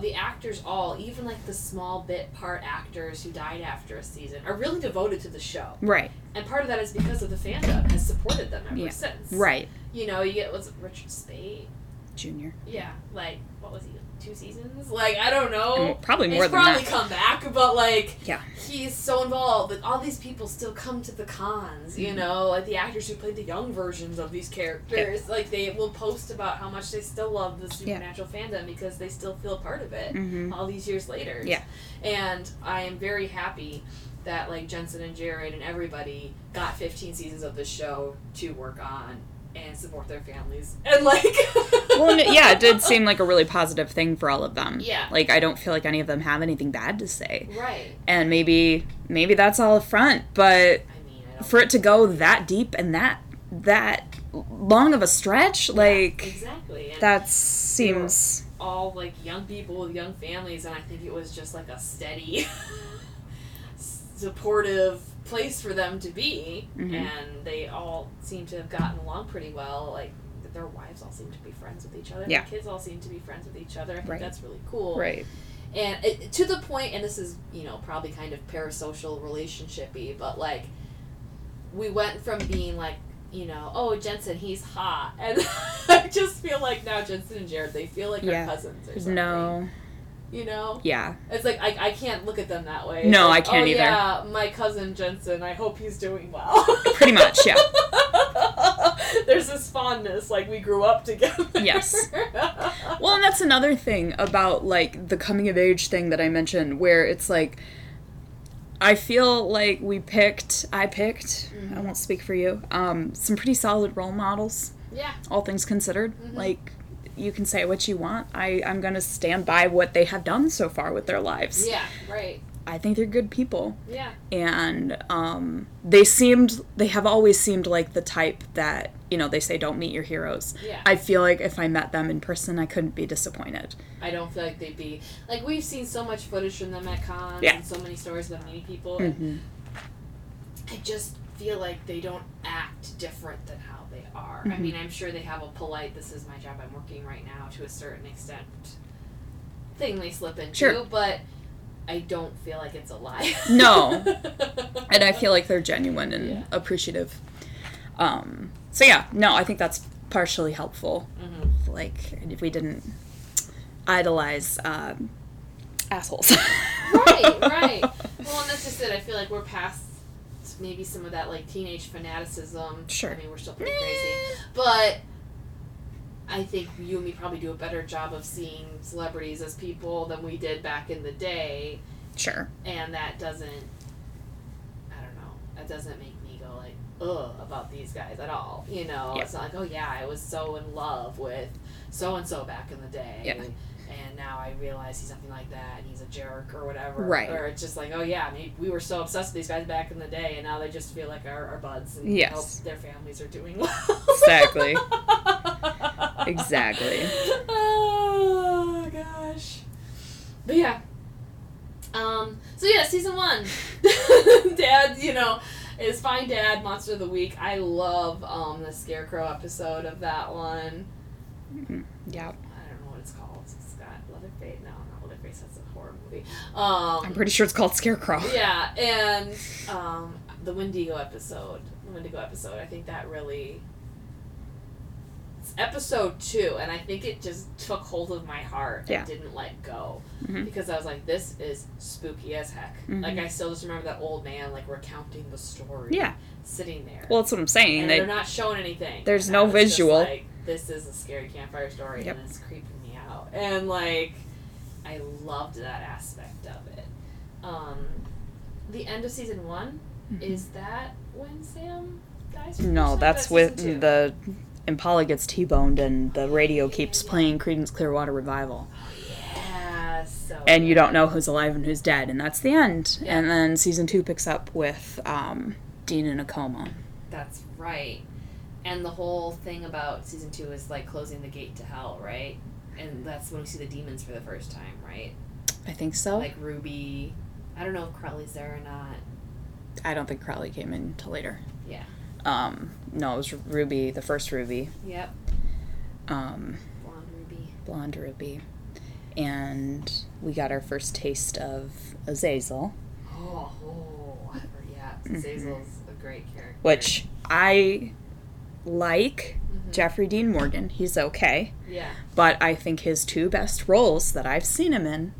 A: the actors all even like the small bit part actors who died after a season are really devoted to the show
B: Right.
A: and part of that is because of the fandom has supported them ever
B: Yeah.
A: since.
B: Right.
A: You know, you get what's it, Richard Spade.
B: Junior.
A: Yeah, like what was he? Two seasons? Like I don't know.
B: Mm, probably more
A: He's
B: than
A: Oh, probably
B: that.
A: come back, but like
B: Yeah.
A: he's so involved that all these people still come to the cons.
B: Mm-hmm.
A: You know, like the actors who played the young versions of these characters, like they will post about how much they still love the
B: Yeah.
A: supernatural fandom because they still feel part of it
B: Mm-hmm.
A: all these years later.
B: Yeah.
A: And I am very happy that like Jensen and Jared and everybody got 15 seasons of the show to work on and support their families and like.
B: well, and it- yeah, it did seem like a really positive thing for all of them.
A: Yeah.
B: Like I don't feel like any of them have anything bad to say.
A: Right.
B: And maybe maybe that's all a front, but
A: I mean, I don't.
B: for it to go that deep and that that long of a stretch, like
A: exactly. And
B: that seems
A: all like young people with young families, and I think it was just like a steady, supportive place for them to be,
B: Mhm.
A: and they all seem to have gotten along pretty well. Like their wives all seem to be friends with each other.
B: Yeah.
A: Their kids all seem to be friends with each other. I think
B: Right.
A: that's really cool.
B: right.
A: And it, to the point, and this is you know probably kind of parasocial relationshipy, but like we went from being like you know oh Jensen he's hot, and I just feel like now Jensen and Jared they feel like
B: Yeah.
A: our cousins or something.
B: No.
A: you know
B: Yeah.
A: it's like I, I can't look at them that way.
B: No,
A: It's like,
B: I can't
A: oh,
B: either.
A: Yeah, my cousin Jensen. I hope he's doing well.
B: Pretty much, yeah.
A: There's this fondness, like we grew up together.
B: Yes. Well, and that's another thing about like the coming of age thing that I mentioned where it's like I feel like we picked I picked, I
A: Mm-hmm.
B: won't speak for you, um, some pretty solid role models.
A: yeah.
B: all things considered
A: Mm-hmm.
B: like you can say what you want i i'm gonna stand by what they have done so far with their lives
A: Yeah. Right.
B: i think they're good people
A: Yeah.
B: and um they seemed they have always seemed like the type that you know they say don't meet your heroes
A: Yeah.
B: i feel like if i met them in person i couldn't be disappointed
A: I don't feel like they'd be like we've seen so much footage from them at cons Mm-hmm.
B: Yeah. Mm-hmm.
A: and so many stories about meeting people. And
B: Mhm.
A: I just feel like they don't act different than how they are. I
B: Mhm.
A: mean, I'm sure they have a polite "this is my job, I'm working right now" to a certain extent thing they slip into,
B: Sure.
A: but I don't feel like it's a lie.
B: No. and I feel like they're genuine and
A: Yeah.
B: appreciative. Um, so yeah, no, I think that's partially helpful.
A: Mhm.
B: Like if we didn't idolize um, assholes,
A: right, right. Well, and that's just it. I feel like we're past maybe some of that like teenage fanaticism.
B: Sure.
A: I mean, we're still pretty crazy, but I think you and me probably do a better job of seeing celebrities as people than we did back in the day,
B: Sure.
A: and that doesn't. I don't know. That doesn't make me go like ugh about these guys at all. You know,
B: Yeah.
A: it's not like oh yeah, I was so in love with so and so back in the day.
B: Yeah.
A: And now I realize he's something like that, and he's a jerk or whatever.
B: Right.
A: Or it's just like, oh yeah, I mean, we were so obsessed with these guys back in the day, and now they just feel like our, our buds. And
B: Yes.
A: Hope their families are doing well.
B: Exactly. Exactly.
A: Oh gosh. But yeah. Um. So yeah, season one. dad, you know, is fine. Dad, monster of the week. I love um the scarecrow episode of that one.
B: Yeah,
A: I don't know what it's called. It's got Leatherface. No, not Leatherface. That's a horror movie. Um,
B: I'm pretty sure it's called Scarecrow.
A: yeah, and um, the Wendigo episode. The Wendigo episode. I think that really. It's episode two, and I think it just took hold of my heart
B: Yeah.
A: and didn't let go
B: Mhm.
A: because I was like, "This is spooky as heck."
B: Mhm.
A: Like I still just remember that old man like recounting the story.
B: Yeah.
A: sitting there.
B: Well, that's what I'm saying.
A: and
B: They,
A: they're not showing anything.
B: there's
A: And
B: no
A: I was just
B: visual.
A: like, this is a scary campfire story,
B: Yep.
A: and it's creeping me out. And like, I loved that aspect of it. Um, the end of season one is that when Sam dies. from
B: Mm-hmm. no,
A: suicide?
B: that's
A: season
B: with
A: two.
B: the Impala gets T-boned and the radio keeps playing Creedence Clearwater Revival.
A: Yeah, so.
B: and you don't know who's alive and who's dead, and that's the end.
A: Yeah.
B: And then season two picks up with um, Dean in a coma.
A: That's right. And the whole thing about season two is like closing the gate to hell, right? And that's when we see the demons for the first time, right?
B: I think so.
A: Like Ruby. I don't know if Crowley's there or not.
B: I don't think Crowley came in till later.
A: Yeah.
B: Um, no, it was Ruby, the first Ruby,
A: Yep.
B: um,
A: Blonde Ruby.
B: blonde Ruby, and we got our first taste of Azazel,
A: Oh, oh yeah. Zazel's a great character.
B: which I like.
A: Mhm.
B: Jeffrey Dean Morgan, he's okay.
A: Yeah.
B: but I think his two best roles that I've seen him in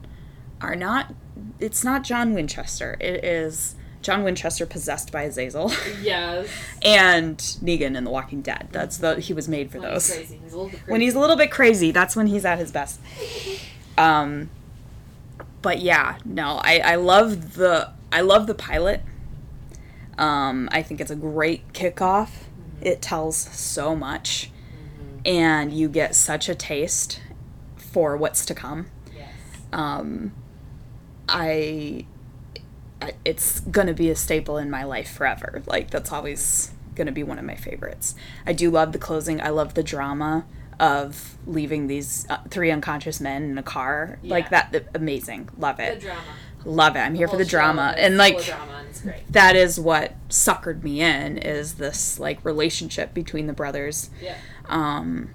B: are not. It's not John Winchester. It is John Winchester possessed by Azazel
A: Yes.
B: and Negan in The Walking Dead. That's the he was made for
A: When he's
B: those.
A: crazy. He's a little bit crazy.
B: When he's a little bit crazy, that's when he's at his best. Um, but yeah, no, I I love the I love the pilot. Um, I think it's a great kickoff. It tells so much
A: Mhm.
B: and you get such a taste for what's to come.
A: Yes.
B: Um, I, I it's gonna be a staple in my life forever. Like that's always gonna be one of my favorites. I do love the closing. I love the drama of leaving these uh, three unconscious men in a car like
A: Yeah.
B: that. th- amazing, love
A: The
B: it,
A: drama.
B: love it. I'm here for
A: Whole
B: the
A: show
B: drama
A: is
B: and
A: full
B: like
A: of drama and it's great.
B: that is what suckered me in is this like relationship between the brothers
A: Yeah.
B: um,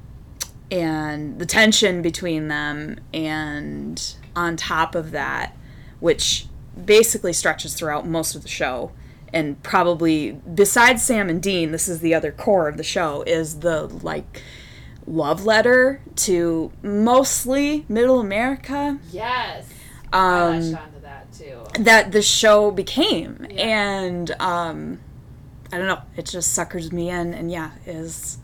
B: and the tension between them, and on top of that, which basically stretches throughout most of the show, and probably besides Sam and Dean, this is the other core of the show is the like love letter to mostly Middle America
A: Yes. I
B: um,
A: latched onto that too.
B: that the show became,
A: Yeah.
B: and um, I don't know, it just suckers me in, and yeah, is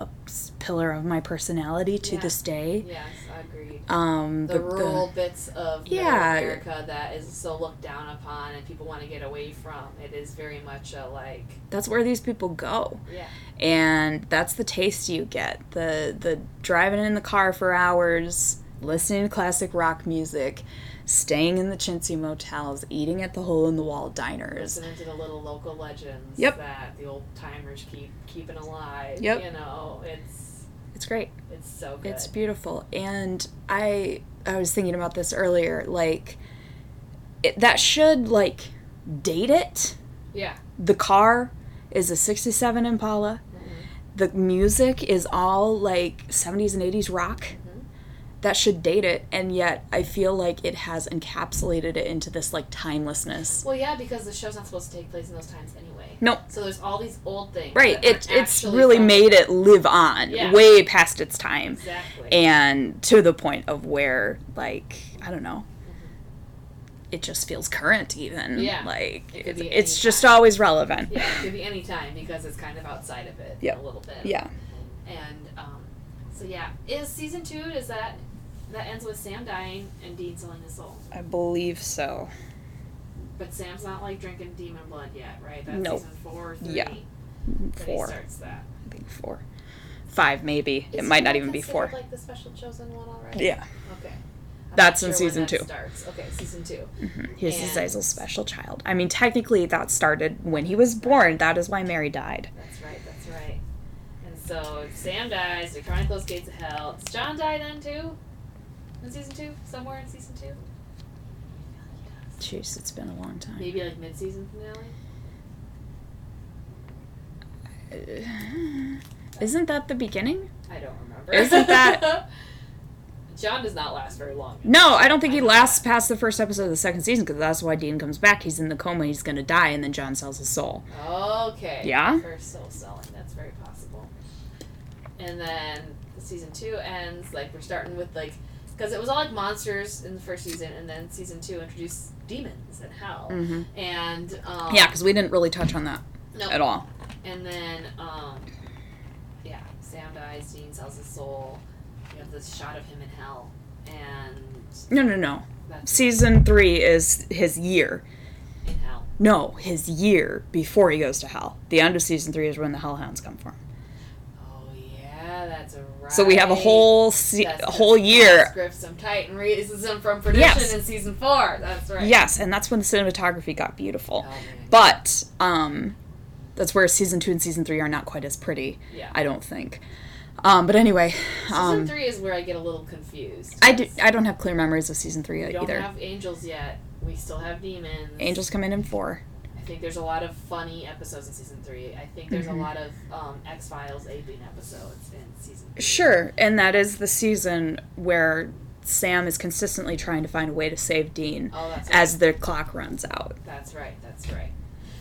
B: a s- pillar of my personality to
A: Yeah.
B: this day.
A: Yes, agreed.
B: um
A: the rural bits of Middle
B: Yeah.
A: America that is so looked down upon and people want to get away from. It is very much a like,
B: that's where these people go
A: yeah,
B: and that's the taste you get the the driving in the car for hours listening to classic rock music staying in the chintzy motels eating at the hole in the wall diners
A: listening to the little local legends
B: Yep.
A: that the old timers keep keeping alive.
B: Yep.
A: You know, it's
B: it's great
A: it's so good.
B: It's beautiful. And I I was thinking about this earlier like it, that should like date it.
A: Yeah.
B: The car is a 67 Impala. The music is all like 70s and 80s rock.
A: Mm-hmm.
B: That should date it, and yet I feel like it has encapsulated it into this like timelessness.
A: Well, yeah, because the show's not supposed to take place in those times anyway.
B: Nope.
A: So there's all these old things.
B: Right,
A: that
B: it,
A: aren't
B: it's
A: actually
B: really
A: from-
B: made it live on
A: Yeah.
B: way past its time.
A: Exactly.
B: and to the point of where like i don't know it just feels current even
A: Mm-hmm. Yeah.
B: like
A: It could
B: it's,
A: be
B: it's
A: any
B: just
A: time.
B: always relevant
A: yeah, it could be any time because it's kind of outside of it
B: Yeah.
A: a little bit.
B: yeah
A: And um, so yeah, is season two? Is that that ends with Sam dying and Dean selling his soul?
B: i believe so
A: But Sam's not like drinking demon blood yet, right? That's
B: Nope.
A: season four or three
B: Yeah.
A: that he
B: four
A: starts that.
B: i think four five maybe it
A: Is
B: might
A: he
B: not even be
A: considered,
B: four
A: Like the special chosen one already.
B: yeah
A: Okay. I'm not
B: That's in
A: when
B: season
A: that
B: two.
A: Starts. Okay, season two.
B: he's
A: Mm-hmm. And-
B: Azazel's special child i mean technically that started when he was born that is why mary died
A: That's right. That's right. And so Sam dies. They're trying to close gates of hell. Does John die then too? In season two, somewhere in season two,
B: jeez it's been a long time
A: maybe like mid-season finale.
B: isn't that the beginning
A: I don't remember.
B: Isn't that-
A: John does not last very long.
B: No, I don't think he
A: I know
B: lasts past the first episode of the second season because that's why Dean comes back. He's in the coma, he's gonna die, and then John sells his soul.
A: Okay.
B: Yeah?
A: For soul selling, that's very possible. And then season two ends like we're starting with like because it was all like monsters in the first season, and then season two introduced demons and hell,
B: Mm-hmm.
A: and um,
B: Yeah, because we didn't really touch on that
A: no,
B: at all.
A: And then, um, yeah, Sam dies. Dean sells his soul. You have this shot of him in hell, and
B: No, no, no.
A: that's
B: Season three is his year.
A: in hell.
B: No, his year before he goes to hell. The end of season three is when the Hellhounds come for him.
A: Oh yeah, that's right.
B: So we have a whole se-
A: That's
B: a
A: the
B: whole year.
A: Script some Titan racism from production
B: Yes.
A: in season four. That's right.
B: Yes, and that's when the cinematography got beautiful.
A: Oh, man.
B: But um, that's where season two and season three are not quite as pretty.
A: Yeah.
B: I don't think. Um, but anyway,
A: season
B: um,
A: three is where I get a little confused.
B: I do. I don't have clear memories of season three
A: We don't
B: either.
A: have angels yet. We still have demons.
B: Angels come in in four.
A: I think there's a lot of funny episodes in season three. I think there's
B: Mhm.
A: a lot of um, X Files aping episodes in season. Three.
B: Sure, and that is the season where Sam is consistently trying to find a way to save Dean
A: Oh, that's right.
B: as the clock runs out.
A: That's right. That's right.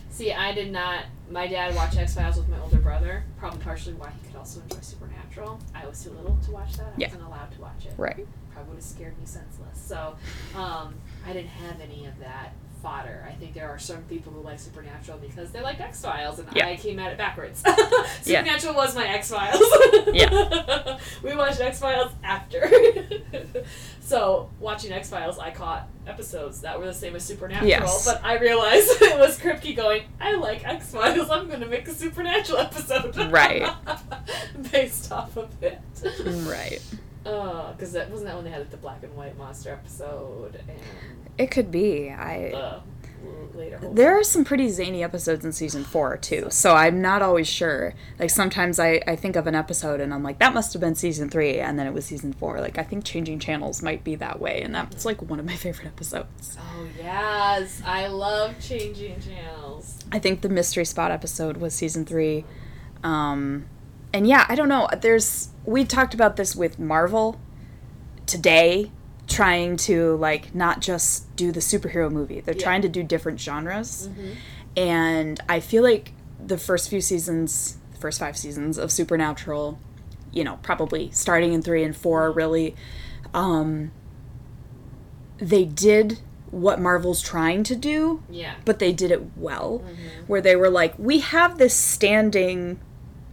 A: See, I did not. My dad watched X Files with my older brother. Probably partially why he could also enjoy Supernatural. I was too little to watch that. I
B: Yeah.
A: wasn't allowed to watch it.
B: Right.
A: Probably would have scared me senseless. So, um, I didn't have any of that fodder. I think there are some people who like Supernatural because they like X Files, and
B: Yeah.
A: I came at it backwards.
B: Yeah.
A: Supernatural was my X Files.
B: Yeah.
A: we watched X Files after. so watching X Files, I caught episodes that were the same as Supernatural,
B: Yes.
A: but I realized it was Kripke going, "I like X Files. I'm going to make a Supernatural episode."
B: Right.
A: Based off of it.
B: Right.
A: Because that wasn't that when they had like, the black and white monster episode and
B: It could be. I.
A: the later. whole-
B: There are some pretty zany episodes in season four too, so I'm not always sure. Like sometimes I, I think of an episode and I'm like, that must have been season three, and then it was season four. Like I think changing channels might be that way, and that's like one of my favorite episodes.
A: Oh yes, I love changing channels.
B: I think the mystery spot episode was season three. Um, and yeah, I don't know. There's we talked about this with Marvel today, trying to like not just do the superhero movie. They're
A: Yeah.
B: trying to do different genres, and I feel like the first few seasons, the first five seasons of Supernatural, you know, probably starting in three and four, really, um, they did what Marvel's trying to do,
A: Yeah.
B: but they did it well where they were like we have this standing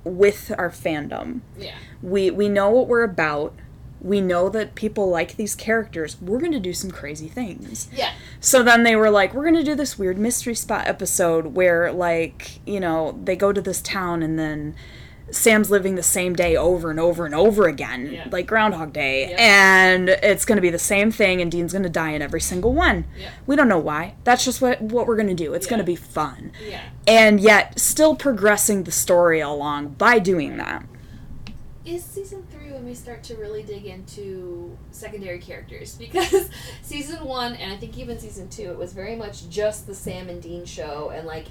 B: with our fandom
A: Yeah.
B: we we know what we're about we know that people like these characters we're going to do some crazy things
A: Yeah.
B: so then they were like we're going to do this weird mystery spot episode where like you know they go to this town and then Sam's living the same day over and over and over again,
A: Yeah.
B: like Groundhog Day,
A: Yeah.
B: and it's going to be the same thing, and Dean's going to die in every single one.
A: Yeah.
B: We don't know why. That's just what what we're going to do. It's
A: Yeah.
B: going to be fun
A: Yeah.
B: and yet still progressing the story along by doing that.
A: is season three when we start to really dig into secondary characters because season one and I think even season two it was very much just the Sam and Dean show and like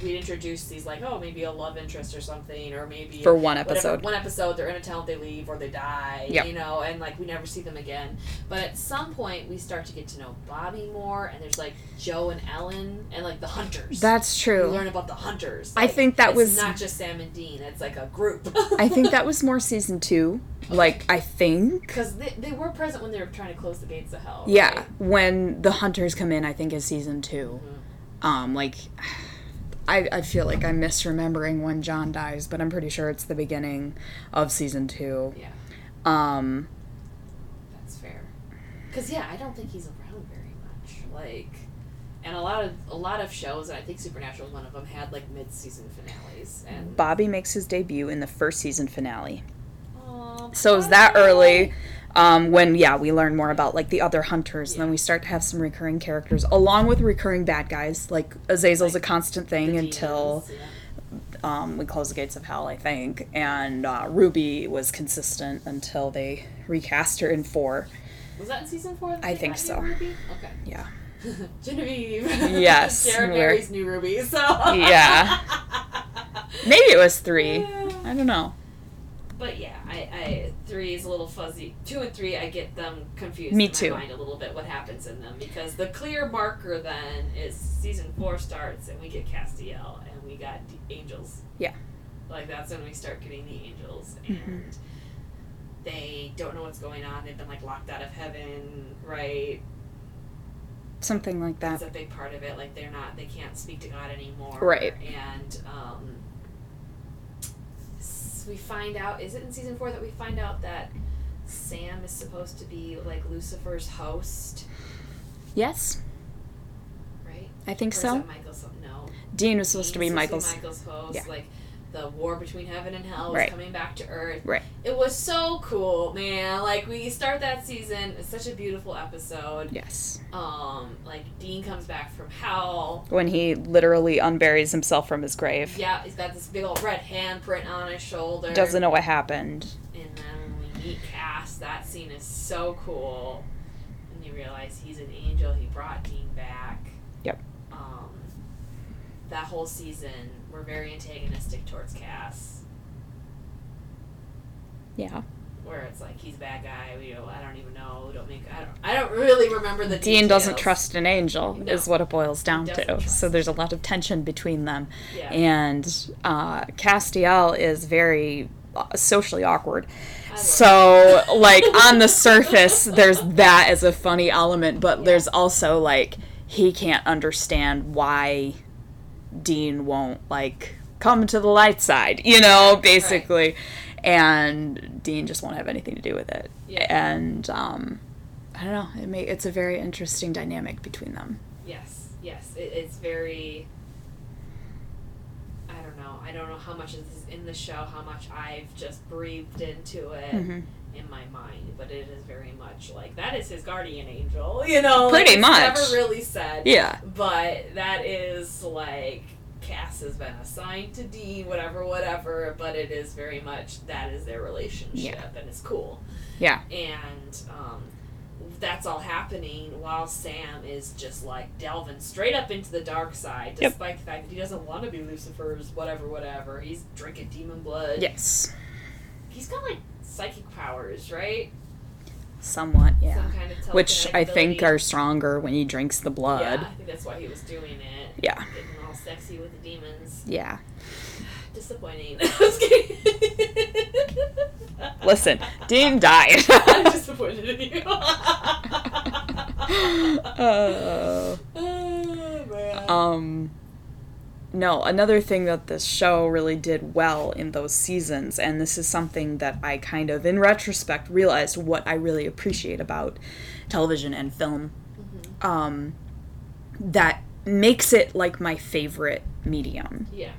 A: we'd introduce these like oh maybe a love interest or something or maybe
B: for one
A: whatever-
B: episode.
A: one episode, they're in a town, they leave, or they die,
B: Yep.
A: you know, and like we never see them again. But at some point, we start to get to know Bobby more, and there's like Joe and Ellen, and like the hunters.
B: That's
A: we
B: true.
A: learn about the hunters.
B: I
A: Like,
B: think that
A: it's
B: was
A: not just Sam and Dean; it's like a group.
B: I think that was more season 2. Like I think
A: because they, they were present when they were trying to close the gates of hell.
B: yeah,
A: right?
B: when the hunters come in, I think is season 2.
A: Mm-hmm.
B: Um like I, I feel like I'm misremembering when John dies, but I'm pretty sure it's the beginning of season 2.
A: yeah,
B: Um
A: that's fair. Because yeah, I don't think he's around very much. Like, and a lot of a lot of shows, and I think Supernatural is one of them, had like mid-season finales and.
B: Bobby makes his debut in the first season finale.
A: Aw,
B: So it was that
A: Bobby.
B: early um, when, yeah, we learn more about like the other hunters, and then we start to have some recurring characters along with recurring bad guys. Like Azazel's
A: Like,
B: a constant thing
A: The
B: until
A: demons, yeah.
B: um, we close the gates of hell, I think. And uh, Ruby was consistent until they recast her in four.
A: Was that in season four? that
B: I
A: they
B: think
A: got
B: so.
A: New Ruby? Okay.
B: Yeah.
A: Genevieve.
B: Yes,
A: Jared
B: we're-
A: Mary's new Ruby. So.
B: Yeah. Maybe it was three. I don't know.
A: But yeah, I, I three is a little fuzzy. Two and three, I get them confused.
B: Me
A: in my
B: too.
A: mind a little bit what happens in them because the clear marker then is season four starts and we get Castiel and we got d- angels.
B: Yeah. Mm-hmm.
A: Like that's when we start getting the angels and. They don't know what's going on. They've been like locked out of heaven, right?
B: Something like
A: that's
B: that.
A: a big part of it. Like they're not, they can't speak to God anymore.
B: Right.
A: And um, s- we find out. Is it in season four that we find out that Sam is supposed to be like Lucifer's host,
B: Yes,
A: right?
B: I think
A: or Is
B: so.
A: that Michael's host? No.
B: Dean was supposed to be
A: He's
B: Michael's.
A: Michael's host.
B: Yeah.
A: Like the war between heaven and hell was
B: Right.
A: coming back to earth.
B: Right.
A: It was so cool, man. Like we start that season. It's such a beautiful episode.
B: Yes.
A: Um, like Dean comes back from hell.
B: When he literally unburies himself from his grave.
A: Yeah, he's got this big old red handprint on his shoulder.
B: Doesn't know what happened.
A: And then when we meet Cass, that scene is so cool. And you realize he's an angel. He brought Dean back.
B: Yep.
A: Um, that whole season, we're very antagonistic towards Cass.
B: Yeah.
A: Where it's like he's a bad guy. We don't, I don't even know. Don't make. I don't. I don't really remember the.
B: Dean doesn't
A: details.
B: trust an angel,
A: No.
B: is what it boils down
A: doesn't
B: to.
A: trust.
B: So there's a lot of tension between them.
A: Yeah.
B: And uh, Castiel is very uh, socially awkward.
A: I love
B: So, like, on the surface, there's that as a funny element, but
A: Yeah.
B: there's also, like, he can't understand why Dean won't, like, come to the light side, you know, basically. And Dean just won't have anything to do with it.
A: Yeah.
B: And, um,. I don't know. It may, it's a very interesting dynamic between them.
A: Yes, yes. It, it's very. I don't know. I don't know how much is in the show, how much I've just breathed into it
B: Mhm.
A: in my mind, but it is very much like that is his guardian angel, you know? like,
B: Pretty
A: it's
B: much.
A: Never really said.
B: Yeah.
A: But that is like. Cass has been assigned to Dean, whatever, whatever, but it is very much that is their relationship, and it's cool
B: Yeah.
A: and um, that's all happening while Sam is just like delving straight up into the dark side,
B: Yep.
A: despite the fact that he doesn't want to be Lucifer's whatever, whatever. He's drinking demon blood.
B: Yes.
A: He's got like psychic powers, right?
B: Somewhat. Yeah.
A: Some kind of
B: Which I think
A: telekinetic
B: are stronger when he drinks the
A: ability.
B: blood.
A: Yeah, I think that's why he was doing it.
B: Yeah.
A: Getting all sexy with the demons.
B: Yeah.
A: Disappointing. I was kidding.
B: Listen, Dean died.
A: I'm disappointed in Oh, you.
B: Uh,
A: Oh, man.
B: um. No, another thing that this show really did well in those seasons, and this is something that I kind of, in retrospect, realized what I really appreciate about television and film, um, that makes it like my favorite medium.
A: yeah.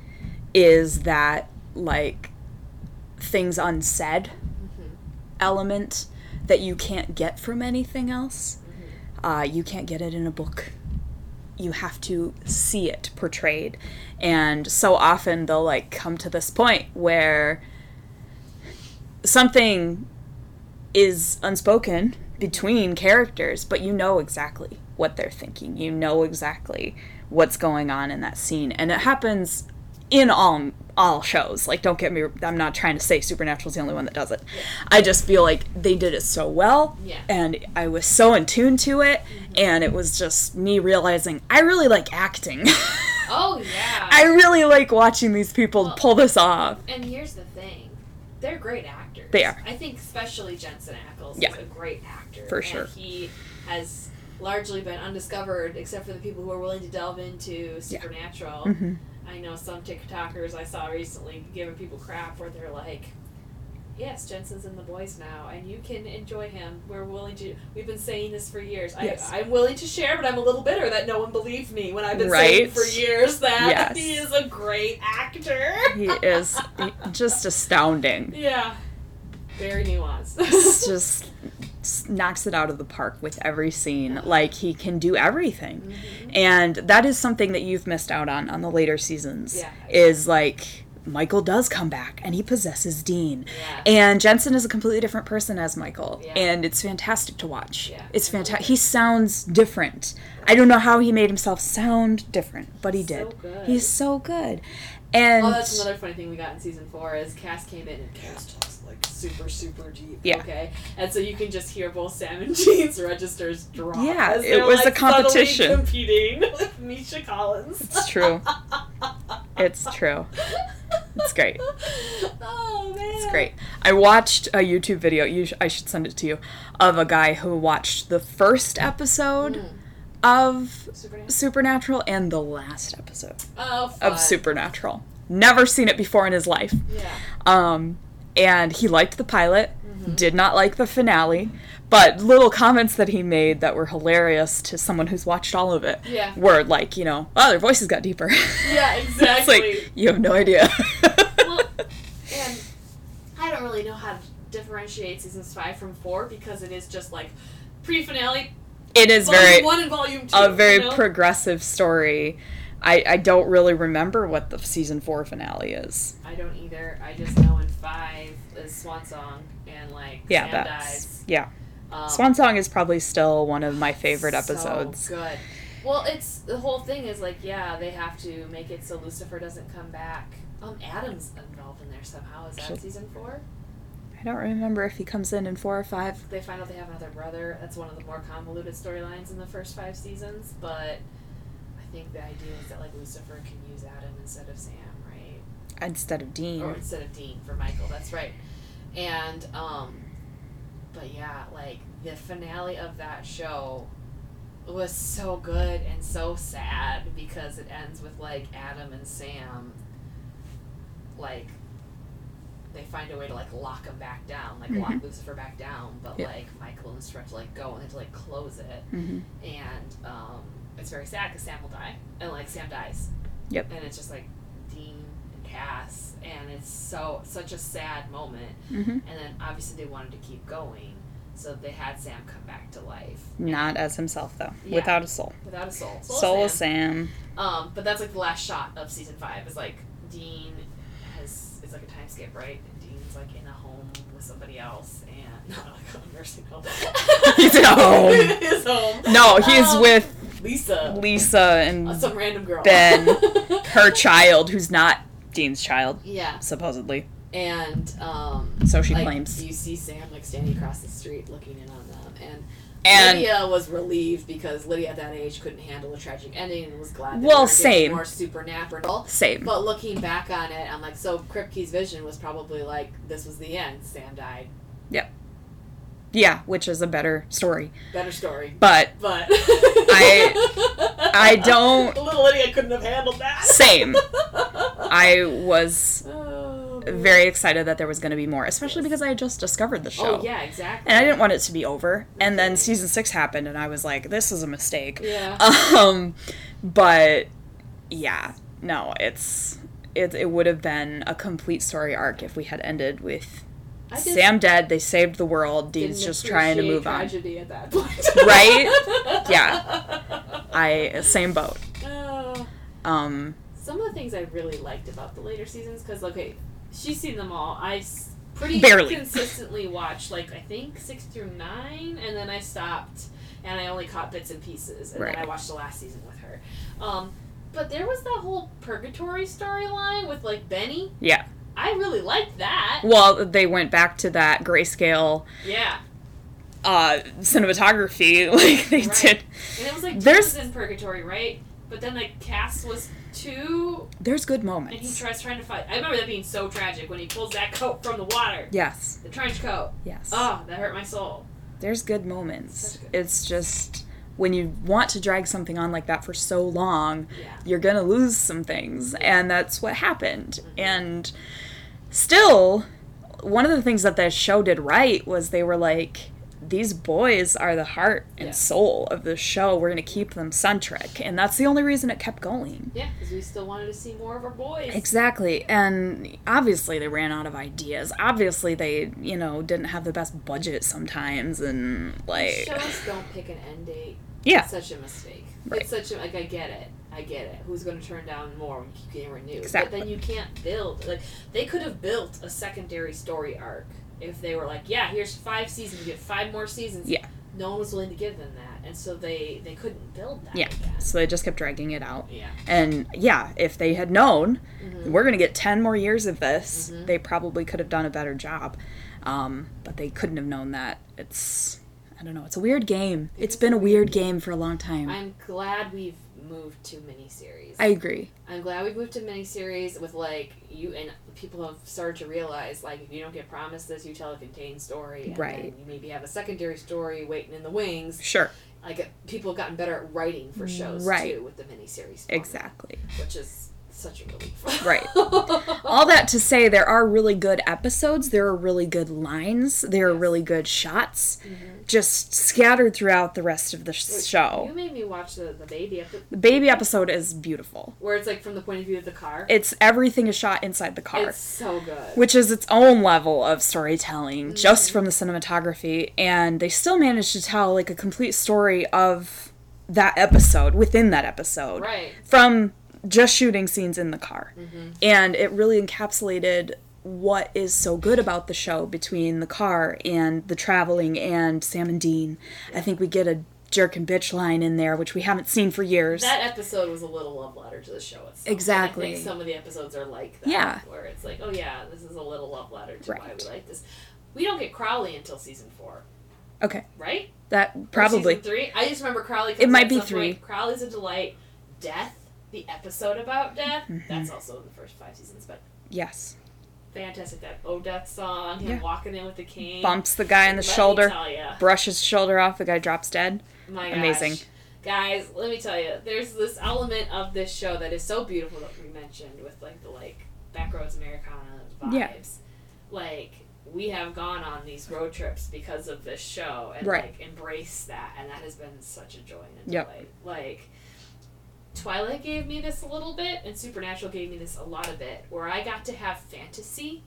B: is that like things unsaid element that you can't get from anything else. Uh, you can't get it in a book. You have to see it portrayed. And so often they'll like come to this point where something is unspoken between characters, but you know exactly what they're thinking. You know exactly what's going on in that scene, and it happens in all all shows. Like, don't get me. I'm not trying to say Supernatural's the only one that does it. I just feel like they did it so well,
A: Yeah.
B: and I was so in tune to it, and it was just me realizing I really like acting.
A: Oh yeah.
B: I really like watching these people
A: Well-
B: pull this off.
A: and here's the thing, they're great actors.
B: They are.
A: I think especially Jensen Ackles
B: Yeah.
A: is a great actor.
B: For
A: and
B: sure.
A: He has largely been undiscovered except for the people who are willing to delve into supernatural.
B: hmm
A: I know some TikTokers I saw recently giving people crap where they're like, "Yes, Jensen's in the boys now, and you can enjoy him. We're willing to. We've been saying this for years.
B: Yes.
A: I, I'm willing to share, but I'm a little bitter that no one believed me when I've been saying
B: Right?
A: for years that
B: Yes.
A: he is a great actor.
B: He is just astounding.
A: yeah, very nuanced.
B: It's just s- knocks it out of the park with every scene. Like he can do everything.
A: Mhm.
B: And that is something that you've missed out on on the later seasons.
A: Yeah.
B: Is like Michael does come back and he possesses Dean.
A: Yeah.
B: And Jensen is a completely different person as Michael.
A: Yeah.
B: And it's fantastic to watch.
A: Yeah,
B: It's
A: I love it.
B: fantastic. He sounds different. I don't know how he made himself sound different, but he
A: He's
B: did.
A: so good.
B: He's so good. And
A: Oh, that's another funny thing we got in season four is Cass came in and Cass talks like super, super deep.
B: Yeah.
A: Okay. And so you can just hear both Sam and Jean's registers drop.
B: Yeah,
A: as
B: it
A: they're,
B: was a
A: like, subtly
B: competition.
A: Competing with Misha Collins.
B: it's true. It's true. It's great.
A: Oh man.
B: It's great. I watched a YouTube video. You sh- I should send it to you of a guy who watched the first episode
A: Mm.
B: of
A: Supernatural.
B: Supernatural and the last episode
A: Oh, fun.
B: of Supernatural. Never seen it before in his life.
A: Yeah.
B: Um, and he liked the pilot,
A: Mm-hmm.
B: did not like the finale, but little comments that he made that were hilarious to someone who's watched all of it
A: Yeah.
B: were like, you know, oh, their voices got deeper.
A: Yeah,
B: it's
A: exactly.
B: like you have no idea.
A: Well, and I don't really know how to differentiate seasons five from four because it is just like pre-finale.
B: it is
A: volume
B: very
A: one and volume two.
B: a very
A: you know?
B: progressive story. I, I don't really remember what the season four finale is.
A: I don't either. I just know in five is Swan Song and like
B: Yeah,
A: Sam
B: that's
A: dies.
B: yeah.
A: Um,
B: Swan Song is probably still one of my favorite
A: so
B: episodes.
A: good. Well, it's the whole thing is like yeah, they have to make it so Lucifer doesn't come back. Um, Adam's involved in there somehow. Is that
B: Shit.
A: season four?
B: I don't remember if he comes in in four or five.
A: They find out they have another brother. That's one of the more convoluted storylines in the first five seasons. But I think the idea is that like Lucifer can use Adam instead of Sam, right?
B: instead of Dean.
A: or instead of Dean for Michael. That's right. And um, but yeah, like the finale of that show was so good and so sad because it ends with like Adam and Sam, like they find a way to like lock him back down, like lock Lucifer back down, but
B: Mm-hmm. Yeah.
A: like Michael and Stretch like go and they have to like close it
B: hmm
A: and um, it's very sad because Sam will die, and like Sam dies.
B: Yep.
A: And it's just like Dean and Cass, and it's so such a sad moment.
B: hmm
A: And then obviously they wanted to keep going, so they had Sam come back to life
B: Not as himself though,
A: Yeah.
B: without a soul.
A: without a soul. Soul,
B: Soul,
A: of
B: of
A: Sam.
B: Sam.
A: Um, but that's like the last shot of season five is like Dean has it's like a time skip, right? And Dean's like in a home with somebody else, and not like a nursing home.
B: He's in a home.
A: His home.
B: No, he's
A: Um,
B: with
A: Lisa.
B: Lisa and
A: Uh, some random girl.
B: Ben. her child, who's not Dean's child,
A: Yeah,
B: supposedly.
A: and um,
B: So she
A: like,
B: claims.
A: you see Sam like standing across the street looking in on them, and,
B: And
A: Lydia was relieved because Lydia at that age couldn't handle a tragic ending and was glad. That
B: Well,
A: we were getting
B: same.
A: More supernatural.
B: same.
A: But looking back on it, I'm like, so Kripke's vision was probably like, this was the end. Sam died.
B: Yeah, which is a better story.
A: Better story.
B: But
A: But
B: I- I don't-
A: Little Lydia couldn't have handled that.
B: same. I was
A: Oh, man.
B: very excited that there was going to be more, especially because I had just discovered the show.
A: Oh yeah, exactly.
B: And I didn't want it to be over. And then season six happened, and I was like, this is a mistake.
A: Yeah.
B: Um, but yeah, no, it's. It, it would have been a complete story arc if we had ended with
A: I just
B: Sam dead, they saved the world,
A: didn't
B: Dean's just trying to
A: appreciate
B: move on.
A: Tragedy at that point.
B: Right? I same boat.
A: Uh,
B: Um
A: some of the things I really liked about the later seasons, because okay, she's seen them all. I s- pretty
B: Barely.
A: consistently watched like I think six through nine, and then I stopped, and I only caught bits and pieces, and then
B: Right.
A: I watched the last season with her. Um, but there was that whole purgatory storyline with like Benny.
B: Yeah.
A: I really liked that.
B: Well, they went back to that grayscale
A: Yeah,
B: uh, cinematography. Like they
A: Right.
B: did.
A: and it was like
B: There's-
A: There's... in purgatory, right? But then like Cass was two,
B: There's good
A: and he
B: moments.
A: tries trying to fight. I remember that being so tragic when he pulls that coat from the water,
B: yes.
A: the trench coat.
B: Yes.
A: Oh, that hurt my soul.
B: There's good moments.
A: Such good
B: It's just when you want to drag something on like that for so long,
A: Yeah.
B: you're going to lose some things. And that's what happened.
A: Mm-hmm.
B: And still, one of the things that that show did right was they were like, these boys are the heart and
A: Yeah.
B: soul of the show. We're going to keep them centric. And that's the only reason it kept going.
A: Yeah, because we still wanted to see more of our boys.
B: Exactly. And obviously they ran out of ideas. Obviously they, you know, didn't have the best budget sometimes and like
A: Shows don't pick an end date.
B: Yeah.
A: It's such a mistake.
B: Right.
A: It's such a like I get it. I get it. Who's going to turn down more when you keep getting renewed?
B: Exactly.
A: But then you can't build like they could have built a secondary story arc if they were like, yeah, here's five seasons, you get five more seasons.
B: Yeah.
A: No one was willing to give them that, and so they they couldn't build that.
B: Yeah.
A: again.
B: So they just kept dragging it out.
A: Yeah.
B: And yeah, if they had known
A: Mhm.
B: we're going to get 10 more years of this,
A: Mhm.
B: they probably could have done a better job. Um, but they couldn't have known that. It's I don't know. It's a weird game.
A: It
B: It's
A: is
B: been
A: a
B: a weird game for a long time.
A: I'm glad we've moved to miniseries.
B: I agree.
A: I'm glad we moved to miniseries with like you and people have started to realize like if you don't get promised this, you tell a contained story, and
B: Right.
A: Then you maybe have a secondary story waiting in the wings.
B: Sure.
A: Like people have gotten better at writing for shows
B: Right.
A: too with the miniseries, format,
B: Exactly.
A: which is such a relief.
B: Right. All that to say, there are really good episodes. There are really good lines. There are
A: Yes.
B: really good shots, just scattered throughout the rest of the sh-
A: You
B: show.
A: made me watch the the baby episode
B: The baby episode is beautiful.
A: where it's like from the point of view of the car.
B: It's everything is shot inside the car,
A: It's so good.
B: which is its own level of storytelling, just from the cinematography. And they still manage to tell like a complete story of that episode within that episode.
A: Right. Mm-hmm.
B: from just shooting scenes in the car. And it really encapsulated what is so good about the show between the car and the traveling and Sam and Dean. I think we get a jerk and bitch line in there, which we haven't seen for years.
A: That episode was a little love letter to the show itself.
B: Exactly.
A: And I think some of the episodes are like that.
B: Yeah.
A: Where it's like, oh yeah, this is a little love letter to why
B: Right.
A: we like this. We don't get Crowley until season four,
B: okay,
A: right?
B: that
A: Or season
B: probably.
A: three. I just remember Crowley.
B: It
A: comes
B: might
A: up
B: be
A: at some point.
B: three.
A: Crowley's a delight. Death, the episode about death.
B: Mm-hmm.
A: That's also in the first five seasons, but
B: Yes.
A: fantastic that Oh Death song, him
B: Yeah.
A: walking in with the king.
B: Bumps the guy in the
A: Let me
B: shoulder,
A: tell ya.
B: brushes shoulder off, the guy drops dead.
A: My gosh.
B: Amazing.
A: Guys, let me tell you, there's this element of this show that is so beautiful that we mentioned with like the like backroads Americana vibes.
B: Yeah.
A: Like we have gone on these road trips because of this show and
B: Right.
A: like embrace that and that has been such a joy and a
B: Yep.
A: delight. Like Twilight gave me this a little bit and Supernatural gave me this a lot of it where I got to have fantasy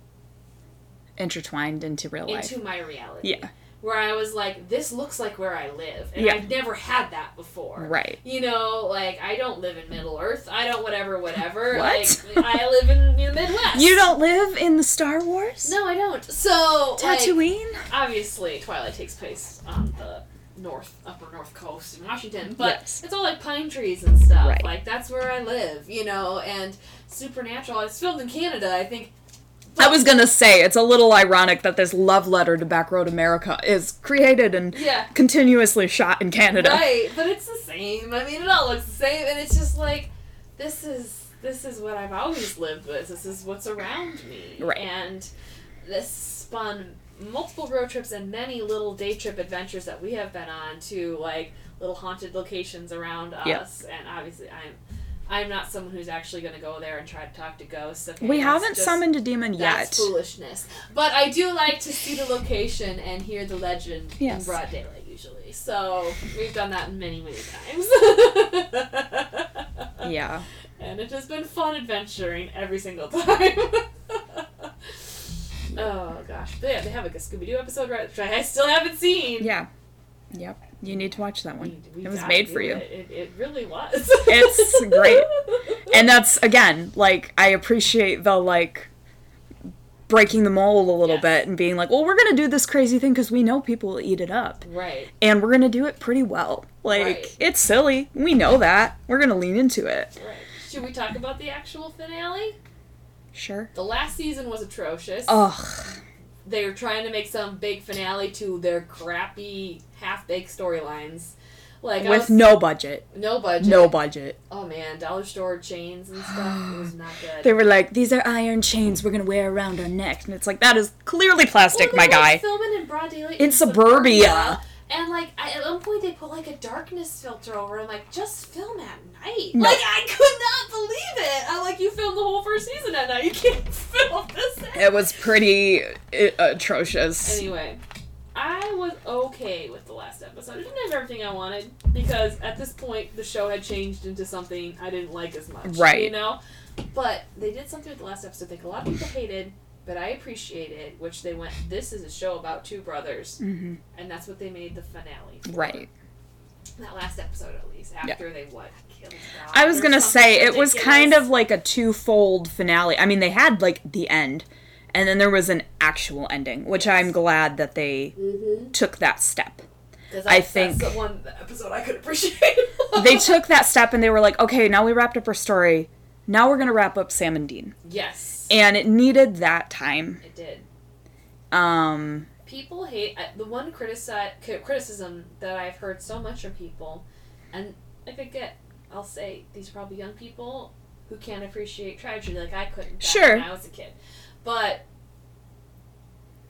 B: Intertwined into real life.
A: into my reality.
B: Oh, yeah,
A: Where I was like, this looks like where I live and
B: Yeah.
A: I've never had that before.
B: right.
A: You know, like I don't live in Middle Earth. I don't whatever, whatever.
B: What?
A: Like I live in the Midwest.
B: You don't live in the Star Wars?
A: No, I don't. So like,
B: Tatooine?
A: obviously, Twilight takes place on the north, upper north coast in Washington, but
B: Yes.
A: it's all like pine trees and stuff.
B: Right.
A: Like that's where I live. You know, and Supernatural. It's filmed in Canada, I think.
B: I was gonna say it's a little ironic that this love letter to Backroad America is created and
A: Yeah.
B: continuously shot in Canada.
A: Right, but it's the same. I mean, it all looks the same, and it's just like, this is this is what I've always lived with. This is what's around me.
B: Right.
A: And this spun multiple road trips and many little day trip adventures that we have been on to like little haunted locations around
B: Yep.
A: us. And obviously, I'm I'm not someone who's actually going to go there and try to talk to ghosts. Okay,
B: We
A: that's
B: haven't
A: just-
B: summoned a demon yet.
A: that's foolishness. But I do like to see the location and hear the legend
B: Yes.
A: in broad daylight usually. So we've done that many, many times.
B: Yeah.
A: And it has been fun adventuring every single time. oh gosh. But yeah, they have like a Scooby Doo episode right which I still haven't seen.
B: Yeah. Yep. You need to watch that
A: We-
B: one.
A: we
B: It was
A: gotta
B: made
A: do
B: for you.
A: It. It, it really was.
B: It's great. And that's again, like I appreciate the like breaking the mold a little
A: Yes.
B: bit and being like, well, we're gonna do this crazy thing because we know people will eat it up,
A: Right.
B: and we're gonna do it pretty well. Like
A: Right.
B: it's silly, we know that. We're gonna lean into it.
A: Right. Should we talk about the actual finale?
B: Sure.
A: The last season was
B: Oh,
A: atrocious.
B: Ugh.
A: they were trying to make some big finale to their crappy half-baked storylines. Like I
B: With
A: was-
B: no budget.
A: no budget.
B: No budget.
A: Oh man, dollar store chains and stuff. It was not good.
B: They were like, these are iron chains we're gonna wear around our necks. And it's like, that is clearly plastic,
A: Well,
B: my
A: they were
B: guy.
A: Filming in broad daylight
B: In suburbia.
A: And like I- at one point they put like a darkness filter over. I'm like, just film at night.
B: No.
A: Like I could not believe it. I'm like, you filmed the whole first season at night. You can't film this. At
B: It was pretty uh, atrocious.
A: Anyway, I was okay with the last episode. I didn't have everything I wanted because at this point the show had changed into something I didn't like as much. You
B: Right.
A: know? But they did something with the last episode I think a lot of people hated, but I appreciated, which they went, this is a show about two brothers.
B: hmm
A: And that's what they made the finale. for.
B: Right.
A: That last episode, at least, after they what? Killed God
B: I was
A: or
B: gonna
A: something
B: say it was
A: ridiculous.
B: kind of like a twofold finale. I mean, they had like the end, and then there was an actual ending, which I'm glad that they
A: Mhm.
B: took that step.
A: 'Cause
B: I
A: that's-
B: think-
A: that's the one episode I could appreciate.
B: They took that step, and they were like, okay, now we wrapped up our story. Now we're gonna wrap up Sam and Dean,
A: yes,
B: and it needed that time.
A: it did.
B: Um,
A: people hate I- the one critici- c- criticism that I've heard so much from people, and like I get, I'll say these are probably young people who can't appreciate tragedy like I couldn't back
B: Sure.
A: when I was a kid, but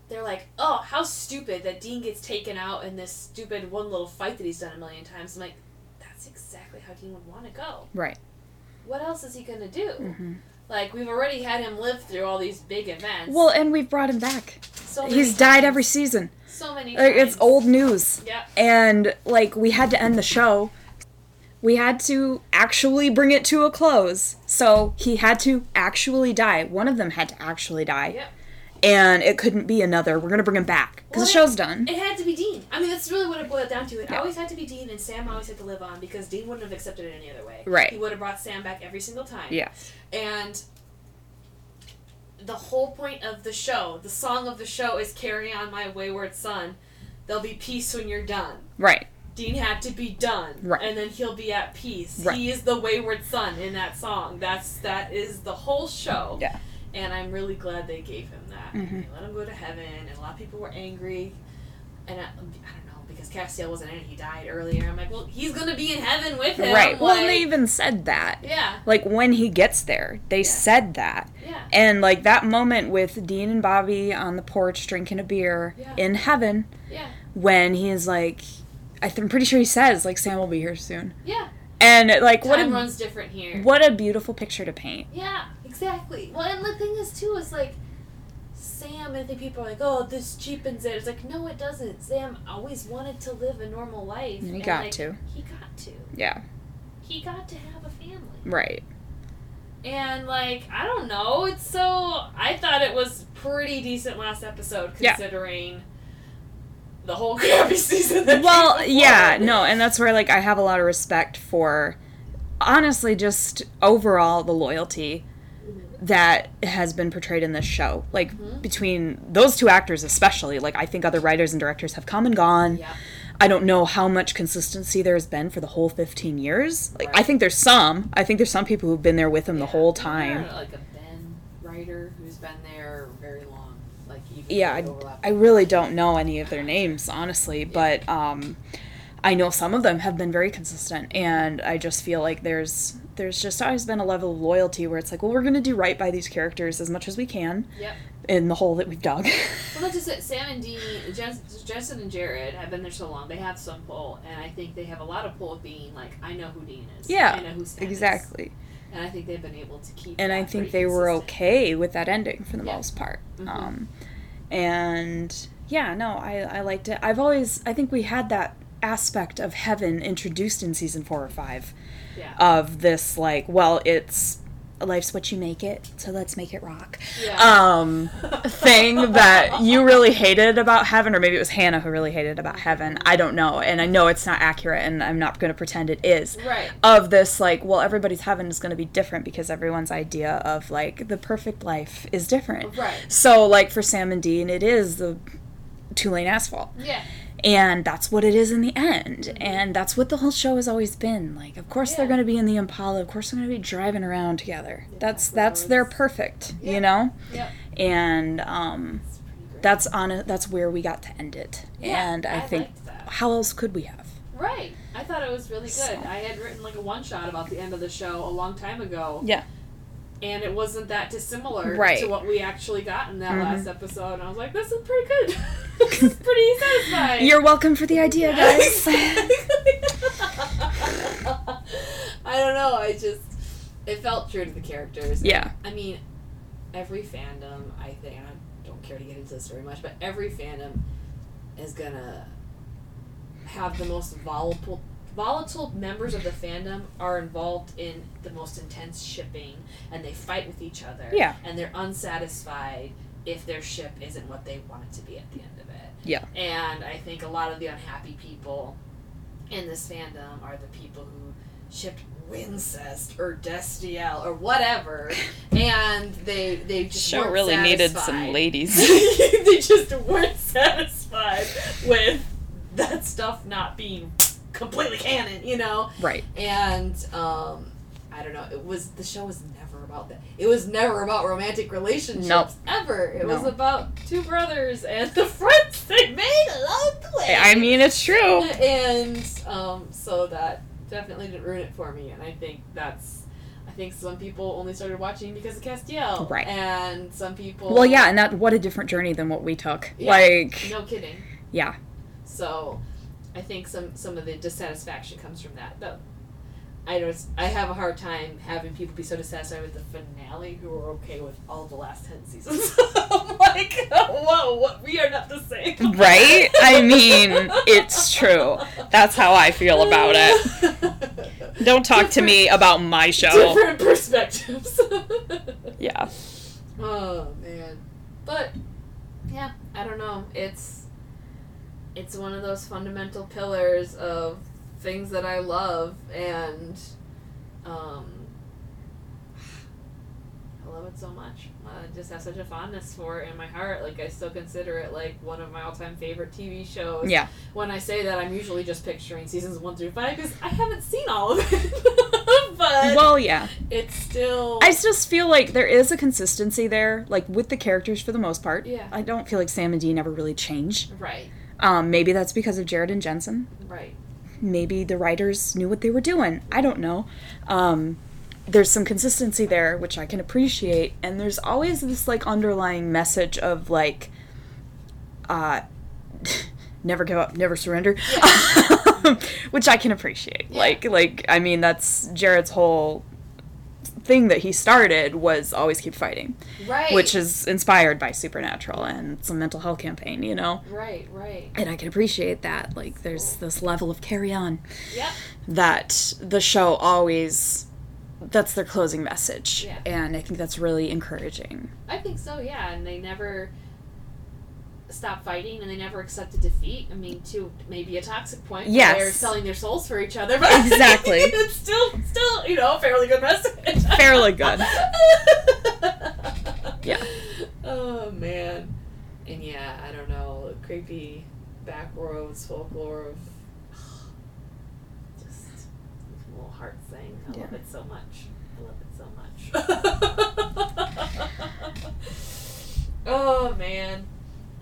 A: they're like, oh, how stupid that Dean gets taken out in this stupid one little fight that he's done a million times. I'm like, that's exactly how Dean would want to go.
B: right.
A: What else is he gonna do?
B: Mhm.
A: Like we've already had him live through all these big events.
B: Well, and we've brought him back.
A: so many
B: He's died
A: times.
B: every season.
A: so many.
B: Like, it's
A: times.
B: old news.
A: Yeah.
B: and like we had to end the show we had to actually bring it to a close so he had to actually die one of them had to actually die
A: Yep.
B: and it couldn't be another we're gonna bring him back because the
A: Well,
B: show's done
A: It had to be Dean. I mean, that's really what it boiled down to. It always had to be Dean, and Sam always had to live on because Dean wouldn't have accepted it any other way.
B: Right.
A: He would have brought Sam back every single time.
B: yeah
A: And the whole point of the show, the song of the show is Carry On My Wayward Son. There'll be peace when you're done.
B: right
A: Dean had to be done.
B: Right.
A: And then he'll be at peace.
B: Right.
A: He is the wayward son in that song. That's that is the whole show.
B: Yeah.
A: And I'm really glad they gave him that.
B: Mhm.
A: They let him go to heaven and a lot of people were angry. And I, I don't know, because Castiel wasn't in it, he died earlier. I'm like, well, he's gonna be in heaven with him.
B: right well and they
A: like-
B: even said that
A: Yeah,
B: like when he gets there they
A: Yeah.
B: said that
A: yeah.
B: and like that moment with dean and bobby on the porch drinking a beer
A: Yeah.
B: in heaven
A: Yeah.
B: when he is like I th- i'm pretty sure he says like sam will be here soon
A: Yeah.
B: and like what
A: Time
B: a
A: runs different here.
B: What a beautiful picture to paint.
A: Yeah, exactly. Well, and the thing is too is like Sam. I think people are like, "Oh, this cheapens it." It's like, no, it doesn't. Sam always wanted to live a normal life.
B: He
A: and,
B: got
A: like,
B: to.
A: He got to.
B: Yeah,
A: He got to have a family.
B: right.
A: And like, I don't know. It's so. I thought it was pretty decent last episode
B: Yeah.
A: considering the whole crappy season. That
B: Well,
A: came
B: yeah,
A: before.
B: no, and that's where like I have a lot of respect for honestly just overall the loyalty that has been portrayed in this show. Like
A: Mhm.
B: between those two actors especially, like I think other writers and directors have come and gone.
A: Yeah.
B: I don't know how much consistency there has been for the whole 15 years. Like I
A: Right.
B: think there's some. I think there's some people who've been there with him the
A: Yeah.
B: whole
A: Or,
B: time.
A: Like a Ben writer who's been there very long. Like even
B: Yeah,
A: if they overlap
B: I really don't know any of their names, honestly, but um, I know some of them have been very consistent, and I just feel like there's there's just always been a level of loyalty where it's like, well, we're gonna do right by these characters as much as we can
A: Yep.
B: in the hole that we've dug.
A: Well, that's just it. Sam and Dean, Jes- Justin and Jared have been there so long. They have some pull, and I think they have a lot of pull of being like, I know who Dean is.
B: Yeah,
A: I know who Sam is."
B: exactly,
A: And I think they've been able to keep.
B: and
A: that
B: I think
A: pretty
B: they were
A: consistent.
B: okay with that ending for the
A: Yeah.
B: most part.
A: Mhm.
B: Um, and yeah, no, I I liked it. I've always I think we had that aspect of heaven introduced in season four or five.
A: Yeah.
B: of this like well it's life's what you make it, so let's make it rock.
A: Yeah.
B: Um, thing that you really hated about heaven, or maybe it was Hannah who really hated about heaven. I don't know, and I know it's not accurate, and I'm not going to pretend it is.
A: Right.
B: Of this, like, well, everybody's heaven is going to be different because everyone's idea of like the perfect life is different.
A: Right.
B: So, like for Sam and Dean, it is the two lane asphalt
A: Yeah.
B: and that's what it is in the end and that's what the whole show has always been like of course they're
A: Mm-hmm. Yeah.
B: going to be in the impala of course they're going to be driving around together that's
A: well,
B: that's their
A: it's-
B: perfect
A: Yeah.
B: you know
A: Yep.
B: and um
A: It's pretty great.
B: that's on a, that's where we got to end it
A: Yeah,
B: and i, think
A: liked that.
B: how else could we have
A: Right. I thought it was really good.
B: So-
A: I had written like a one shot about the end of the show a long time ago.
B: Yeah.
A: And it wasn't that dissimilar
B: Right.
A: to what we actually got in that
B: Mhm.
A: last episode. And I was like, this is pretty good. this is pretty satisfying.
B: you're welcome for the idea guys
A: I don't know. I just. It felt true to the characters.
B: yeah
A: I mean, every fandom, I think, and I don't care to get into this very much, but every fandom is gonna have the most volatile volatile members of the fandom are involved in the most intense shipping and they fight with each other
B: Yeah.
A: and they're unsatisfied if their ship isn't what they want it to be at the end of it
B: Yeah.
A: and i think a lot of the unhappy people in this fandom are the people who shipped Wincest or Destiel or whatever, and they they just weren't satisfied.
B: ladies
A: they just weren't satisfied with that stuff not being completely canon, you know.
B: right
A: And um, I don't know. It was the show was never about that. It was never about romantic relationships
B: Nope.
A: ever. It was
B: No.
A: about two brothers and the friends they made along the way.
B: i mean it's true
A: And um, so that definitely didn't ruin it for me. And I think that's. I think some people only started watching because of Castiel.
B: Right.
A: And some people.
B: well yeah and that what a different journey than what we took
A: Yeah.
B: like
A: No kidding.
B: yeah
A: So I think some, some of the dissatisfaction comes from that. But I don't, I have a hard time having people be so dissatisfied with the finale who are okay with all the last 10 seasons. I'm like, whoa, what, we are not the same.
B: Right? I mean, it's true. That's how I feel about it.
A: it.
B: Don't talk to me about my show.
A: Different perspectives.
B: Yeah.
A: oh man, but yeah, I don't know. It's it's one of those fundamental pillars of things that I love, and um, I love it so much. I just have such a fondness for it in my heart. Like I still consider it like one of my all-time favorite TV shows.
B: Yeah.
A: When I say that, I'm usually just picturing seasons one through five because I haven't seen all of it. but
B: Well, yeah.
A: it's still
B: I just feel like there is a consistency there, like with the characters for the most part.
A: Yeah.
B: I don't feel like Sam and Dean ever really change.
A: right,
B: Um, maybe that's because of Jared and Jensen.
A: right.
B: Maybe the writers knew what they were doing. I don't know. Um, there's some consistency there, which I can appreciate. And there's always this like underlying message of like, uh, never give up, never surrender, which I can appreciate.
A: Yeah.
B: Like, like I mean, that's Jared's whole thing that he started was always keep fighting,
A: Right.
B: which is inspired by Supernatural and some mental health campaign, you know.
A: right, right.
B: And I can appreciate that. Like, there's this level of carry on
A: Yep.
B: that the show always. That's their closing message,
A: Yeah.
B: and I think that's really encouraging.
A: I think so, yeah. And they never stopped fighting and they never accepted defeat. I mean, to maybe a toxic point. where
B: Yes.
A: They're selling their souls for each other, but
B: Exactly.
A: it's still still, you know, a fairly good message.
B: Fairly good. Yeah.
A: Oh man. And yeah, I don't know, creepy backroads folklore of just little heart thing. I love
B: Yeah.
A: it so much. I love it so much. oh man.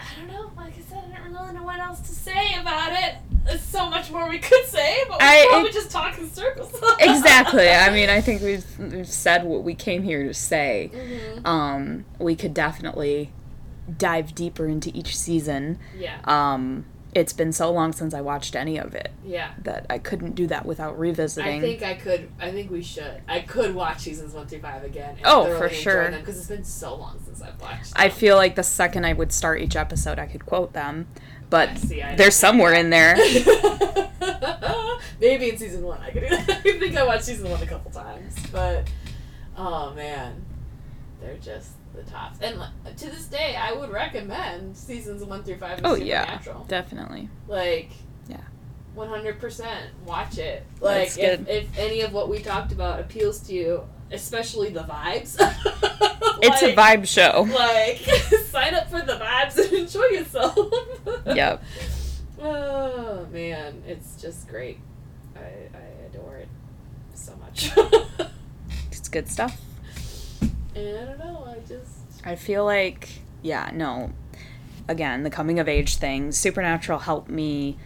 A: I don't know. Like I said, I don't really know what else to say about it. There's so much more we could say, but we're
B: I-
A: probably
B: it-
A: just talking circles.
B: exactly. I mean, I think we've, we've said what we came here to say.
A: Mhm.
B: Um, we could definitely dive deeper into each season.
A: Yeah.
B: Um, it's been so long since I watched any of it
A: Yeah.
B: that I couldn't do that without
A: I
B: revisiting.
A: think I could. I think we should. I could watch seasons one through five again. And
B: Oh, for sure.
A: Because it's been so long since I've watched.
B: I feel like the second I would start each episode, I could quote them, but
A: I see, I know.
B: they're somewhere in there.
A: Maybe in season one I could do that. I think I watched season one a couple times, but Oh man, they're just the tops. And like, to this day, I would recommend seasons one through five of
B: Oh, yeah.
A: Supernatural.
B: Definitely.
A: Like,
B: Yeah.
A: one hundred percent watch it.
B: That's
A: Like, if,
B: good.
A: if any of what we talked about appeals to you, especially the vibes,
B: It's a
A: like-
B: vibe show.
A: Like, sign up for the vibes and enjoy yourself.
B: Yep.
A: Oh man, it's just great. I, I adore it so much.
B: It's good stuff.
A: and I don't know, I just
B: I feel like, yeah, no. Again, the coming of age thing, Supernatural helped me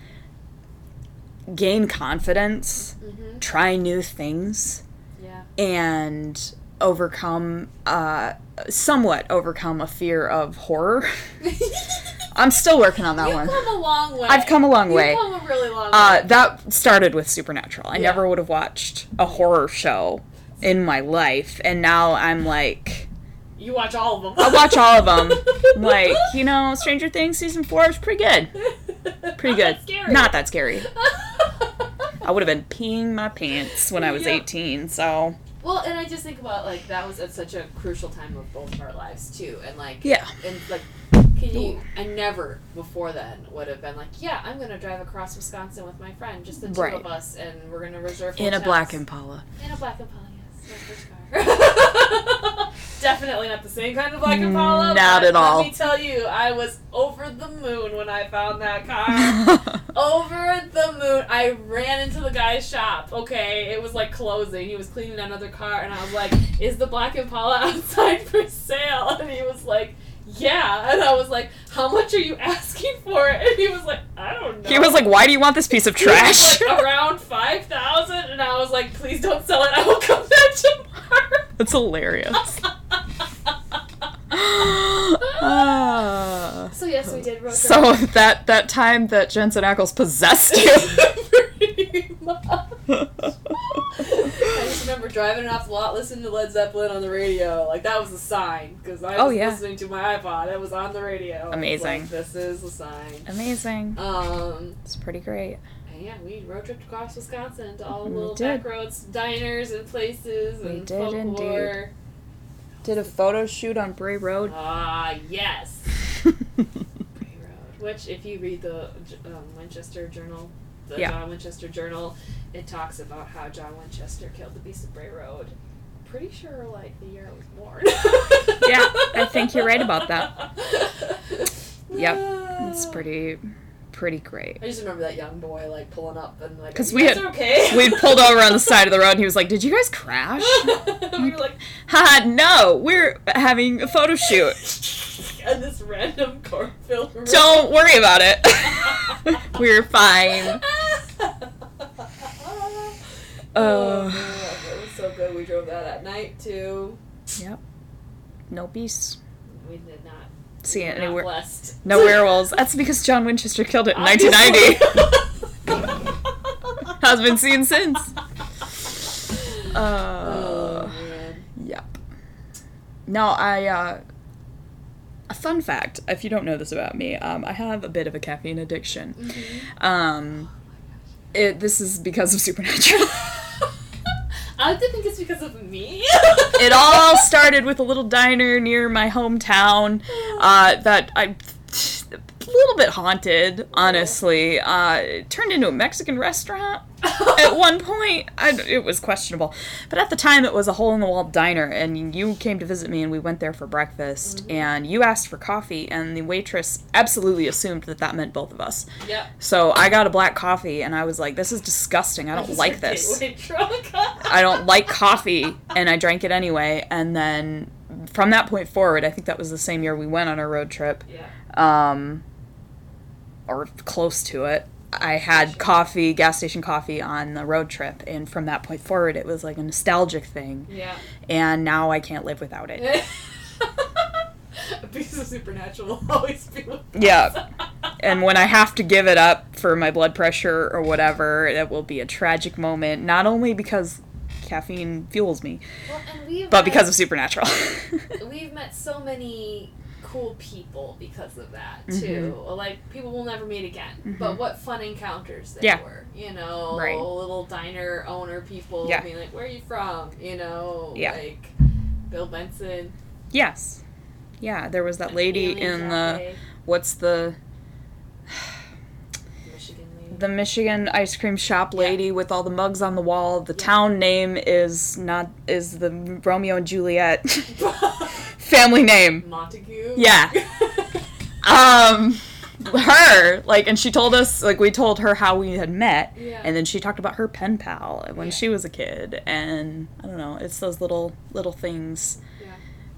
B: gain confidence,
A: hmm
B: try new things,
A: yeah.
B: and overcome, uh, somewhat overcome a fear of horror. I'm still working on that
A: You've
B: one.
A: come a long way.
B: I've come a long way.
A: You've come a really long
B: Uh,
A: way.
B: that started with Supernatural. I
A: Yeah.
B: never would have watched a horror show in my life, and now I'm like,
A: You watch all of them.
B: I watch all of them. like, you know, Stranger Things season four is pretty good. Pretty good.
A: That's scary.
B: Not that scary. I would have been peeing my pants when I was
A: Yeah.
B: 18, so.
A: well, and I just think about like that was at such a crucial time of both of our lives too, and like
B: Yeah.
A: and like can you I never before then would have been like, Yeah, I'm gonna drive across Wisconsin with my friend, just the two
B: Right.
A: of us and we're gonna reserve
B: In a
A: hotels.
B: black Impala.
A: in a black Impala, yes. my first car. Definitely not the same kind of black Impala.
B: Not
A: but
B: at all.
A: Let me tell you, I was over the moon when I found that car. over the moon. I ran into the guy's shop. Okay, it was like closing. He was cleaning another car, and I was like, "Is the black Impala outside for sale?" And he was like, "Yeah." And I was like, "How much are you asking for it?" And he was like, "I don't know."
B: he was like, Why do you want this piece of
A: He was
B: trash?
A: like, around five thousand, and I was like, "Please don't sell it. I will come back tomorrow."
B: That's hilarious. Ah.
A: so yes, we did road
B: so that that time that Jensen Ackles possessed
A: pretty much. I
B: you.
A: just remember driving it off the lot, listening to Led Zeppelin on the radio. Like that was a sign because I was
B: Oh, yeah.
A: listening to my iPod. It was on the radio. I was
B: Amazing.
A: like, this is a sign.
B: Amazing.
A: Um,
B: It's pretty great.
A: and yeah, we road tripped across Wisconsin to all the
B: We
A: little
B: did.
A: back roads, diners, and places,
B: We
A: and
B: did
A: folklore.
B: Did a photo shoot on Bray Road.
A: Ah, yes. Bay Road, which if you read the um, Winchester Journal, the
B: Yeah.
A: John Winchester Journal, it talks about how John Winchester killed the Beast of Bray Road. Pretty sure, like the year I was born.
B: Yeah, I think you're right about that. Yep, it's
A: it's
B: pretty, pretty great.
A: I just remember that young boy like pulling up and like. Because
B: 'Cause we had-
A: okay.
B: We pulled over on the side of the road and he was like, Did you guys crash?
A: we were like,
B: Haha, no, we're having a photo shoot.
A: and this random cornfield. road.
B: Don't worry about it. we're fine.
A: oh,
B: Oh.
A: man, it was so good. We drove that at night too.
B: No beasts.
A: We did not.
B: See
A: we were
B: it
A: not
B: anywhere.
A: blessed.
B: No werewolves. That's because John Winchester killed it in
A: Obviously.
B: 1990. Has been seen since.
A: oh
B: Uh,
A: man.
B: yep. No, I. Uh, a fun fact, if you don't know this about me, um, I have a bit of a caffeine addiction. Um, it, this is because of Supernatural.
A: I like to think it's because of me.
B: it all started with a little diner near my hometown uh, that I a little bit haunted, honestly. Uh, it turned into a Mexican restaurant at one point. I, it was questionable, but at the time it was a hole in the wall diner, and you came to visit me, and we went there for breakfast, and you asked for coffee, and the waitress absolutely assumed that that meant both of us.
A: yep.
B: So I got a black coffee, and I was like, "This is disgusting. I don't like this."
A: Gateway drug.
B: I don't like coffee, and I drank it anyway. And then from that point forward, I think that was the same year we went on our road trip,
A: Yeah.
B: um, or close to it. I had coffee, gas station coffee on the road trip, and from that point forward, it was like a nostalgic thing.
A: Yeah.
B: And now I can't live without it.
A: a piece of supernatural will always be with us.
B: Yeah. And when I have to give it up for my blood pressure or whatever, that will be a tragic moment. Not only because caffeine fuels me,
A: Well, and we've
B: but
A: met-
B: because of supernatural.
A: we've met so many cool people because of that too.
B: Mhm.
A: Like people we'll never meet again. But what fun encounters they
B: Mm-hmm. Yeah.
A: were. You know,
B: Right.
A: little diner owner people
B: Yeah.
A: being like, "Where are you from?" You know,
B: Yeah.
A: like Bill Benson.
B: Yes. Yeah, there was that lady
A: Alien
B: in the
A: Cafe,
B: what's the
A: Michigan lady.
B: the Michigan ice cream shop
A: Yeah.
B: lady with all the mugs on the wall. The
A: Yeah.
B: town name is not is the Romeo and Juliet family name.
A: Montague.
B: Yeah. Um her like and she told us like we told her how we had met
A: yeah.
B: and then she talked about her pen pal when
A: Yeah.
B: she was a kid and I don't know, it's those little little things
A: Yeah.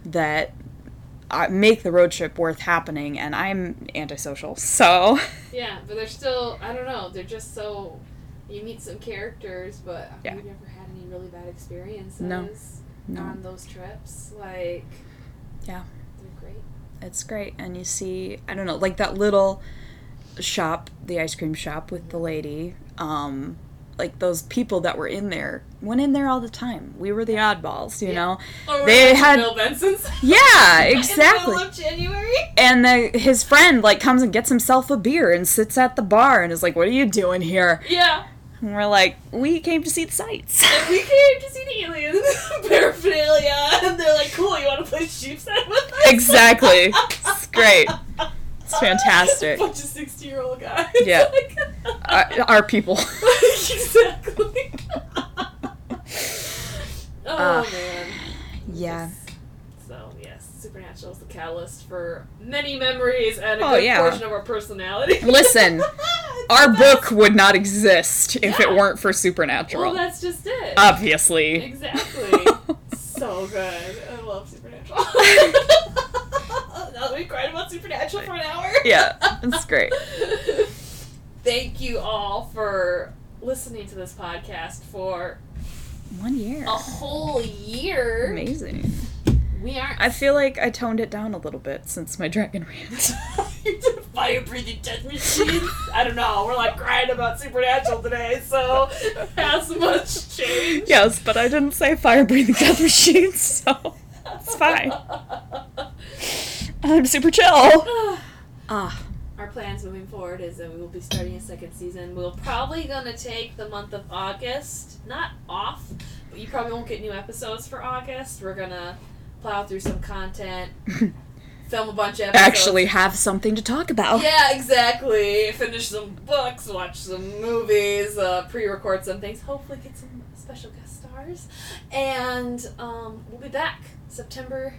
B: that uh, make the road trip worth happening and I'm antisocial. So
A: yeah, but they're still. I don't know. They're just so. You meet some characters, but
B: Yeah.
A: we never had any really bad experiences.
B: no,
A: on those trips. Like,
B: Yeah.
A: they're great.
B: it's great and you see I don't know, like that little shop, the ice cream shop with the lady um like those people that were in there went in there all the time. We were the oddballs, you
A: Yeah.
B: know.
A: Oh,
B: They had-
A: Bill Benson's.
B: Yeah,
A: In the
B: exactly.
A: middle of January.
B: And the, his friend like comes and gets himself a beer and sits at the bar and is like, "What are you doing here?"
A: Yeah,
B: And we're like, "We came to see the sights."
A: and we came to see the aliens paraphernalia, and they're like, "Cool, you want to play sheepshead with us?"
B: Exactly. It's great. It's fantastic.
A: Bunch of sixty-year-old guys.
B: Yeah.
A: Like-
B: our, our people.
A: exactly. oh
B: Uh,
A: man.
B: yeah.
A: So yes, Supernatural is the catalyst for many memories and a
B: Oh,
A: good
B: yeah.
A: portion of our personality.
B: Listen,
A: It's
B: Our
A: the best.
B: book would not exist if
A: Yeah.
B: it weren't for
A: Well,
B: Supernatural.
A: that's just it.
B: Uh, Obviously.
A: exactly. so good. I love Supernatural. now that we cried about Supernatural for an hour.
B: yeah, it's great.
A: Thank you all for listening to this podcast for
B: One year.
A: a whole year.
B: Amazing.
A: We aren't.
B: I feel like I toned it down a little bit since my dragon rant.
A: Fire breathing death machine. I don't know. We're like crying about supernatural today, so has much change.
B: yes, but I didn't say fire breathing death machines, so it's fine. I'm super chill. Ah,
A: Our plans moving forward is that we will be starting a second season. We're probably gonna take the month of August, not off, but you probably won't get new episodes for August. We're gonna plow through some content, film a bunch of episodes.
B: actually have something to talk about.
A: Yeah, exactly. Finish some books, watch some movies, uh, pre-record some things. Hopefully, get some special guest stars, and um, we'll be back September,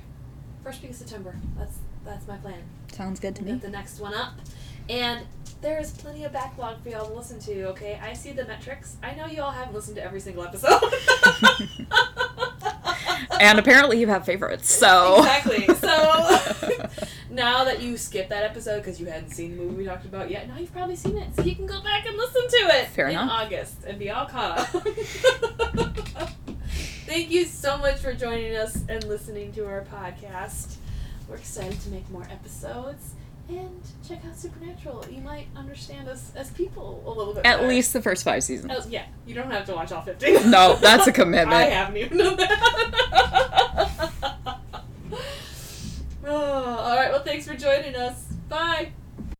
A: first week of September. That's that's my plan.
B: Sounds good to
A: We'll
B: me.
A: get the next one up, and there is plenty of backlog for y'all to listen to. Okay, I see the metrics. I know you all haven't listened to every single episode.
B: And apparently you have favorites, so.
A: Exactly, so- Now that you skipped that episode because you hadn't seen the movie we talked about yet, now you've probably seen it, so you can go back and listen to it
B: Fair
A: in
B: enough.
A: August and be all caught up. Thank you so much for joining us and listening to our podcast. We're excited to make more episodes and check out Supernatural. You might understand us as people a little bit.
B: At
A: better.
B: least the first five seasons.
A: Oh, yeah, you don't have to watch all 15.
B: No, that's a
A: I
B: commitment.
A: haven't even done that. oh, all right, well, thanks for joining us. Bye.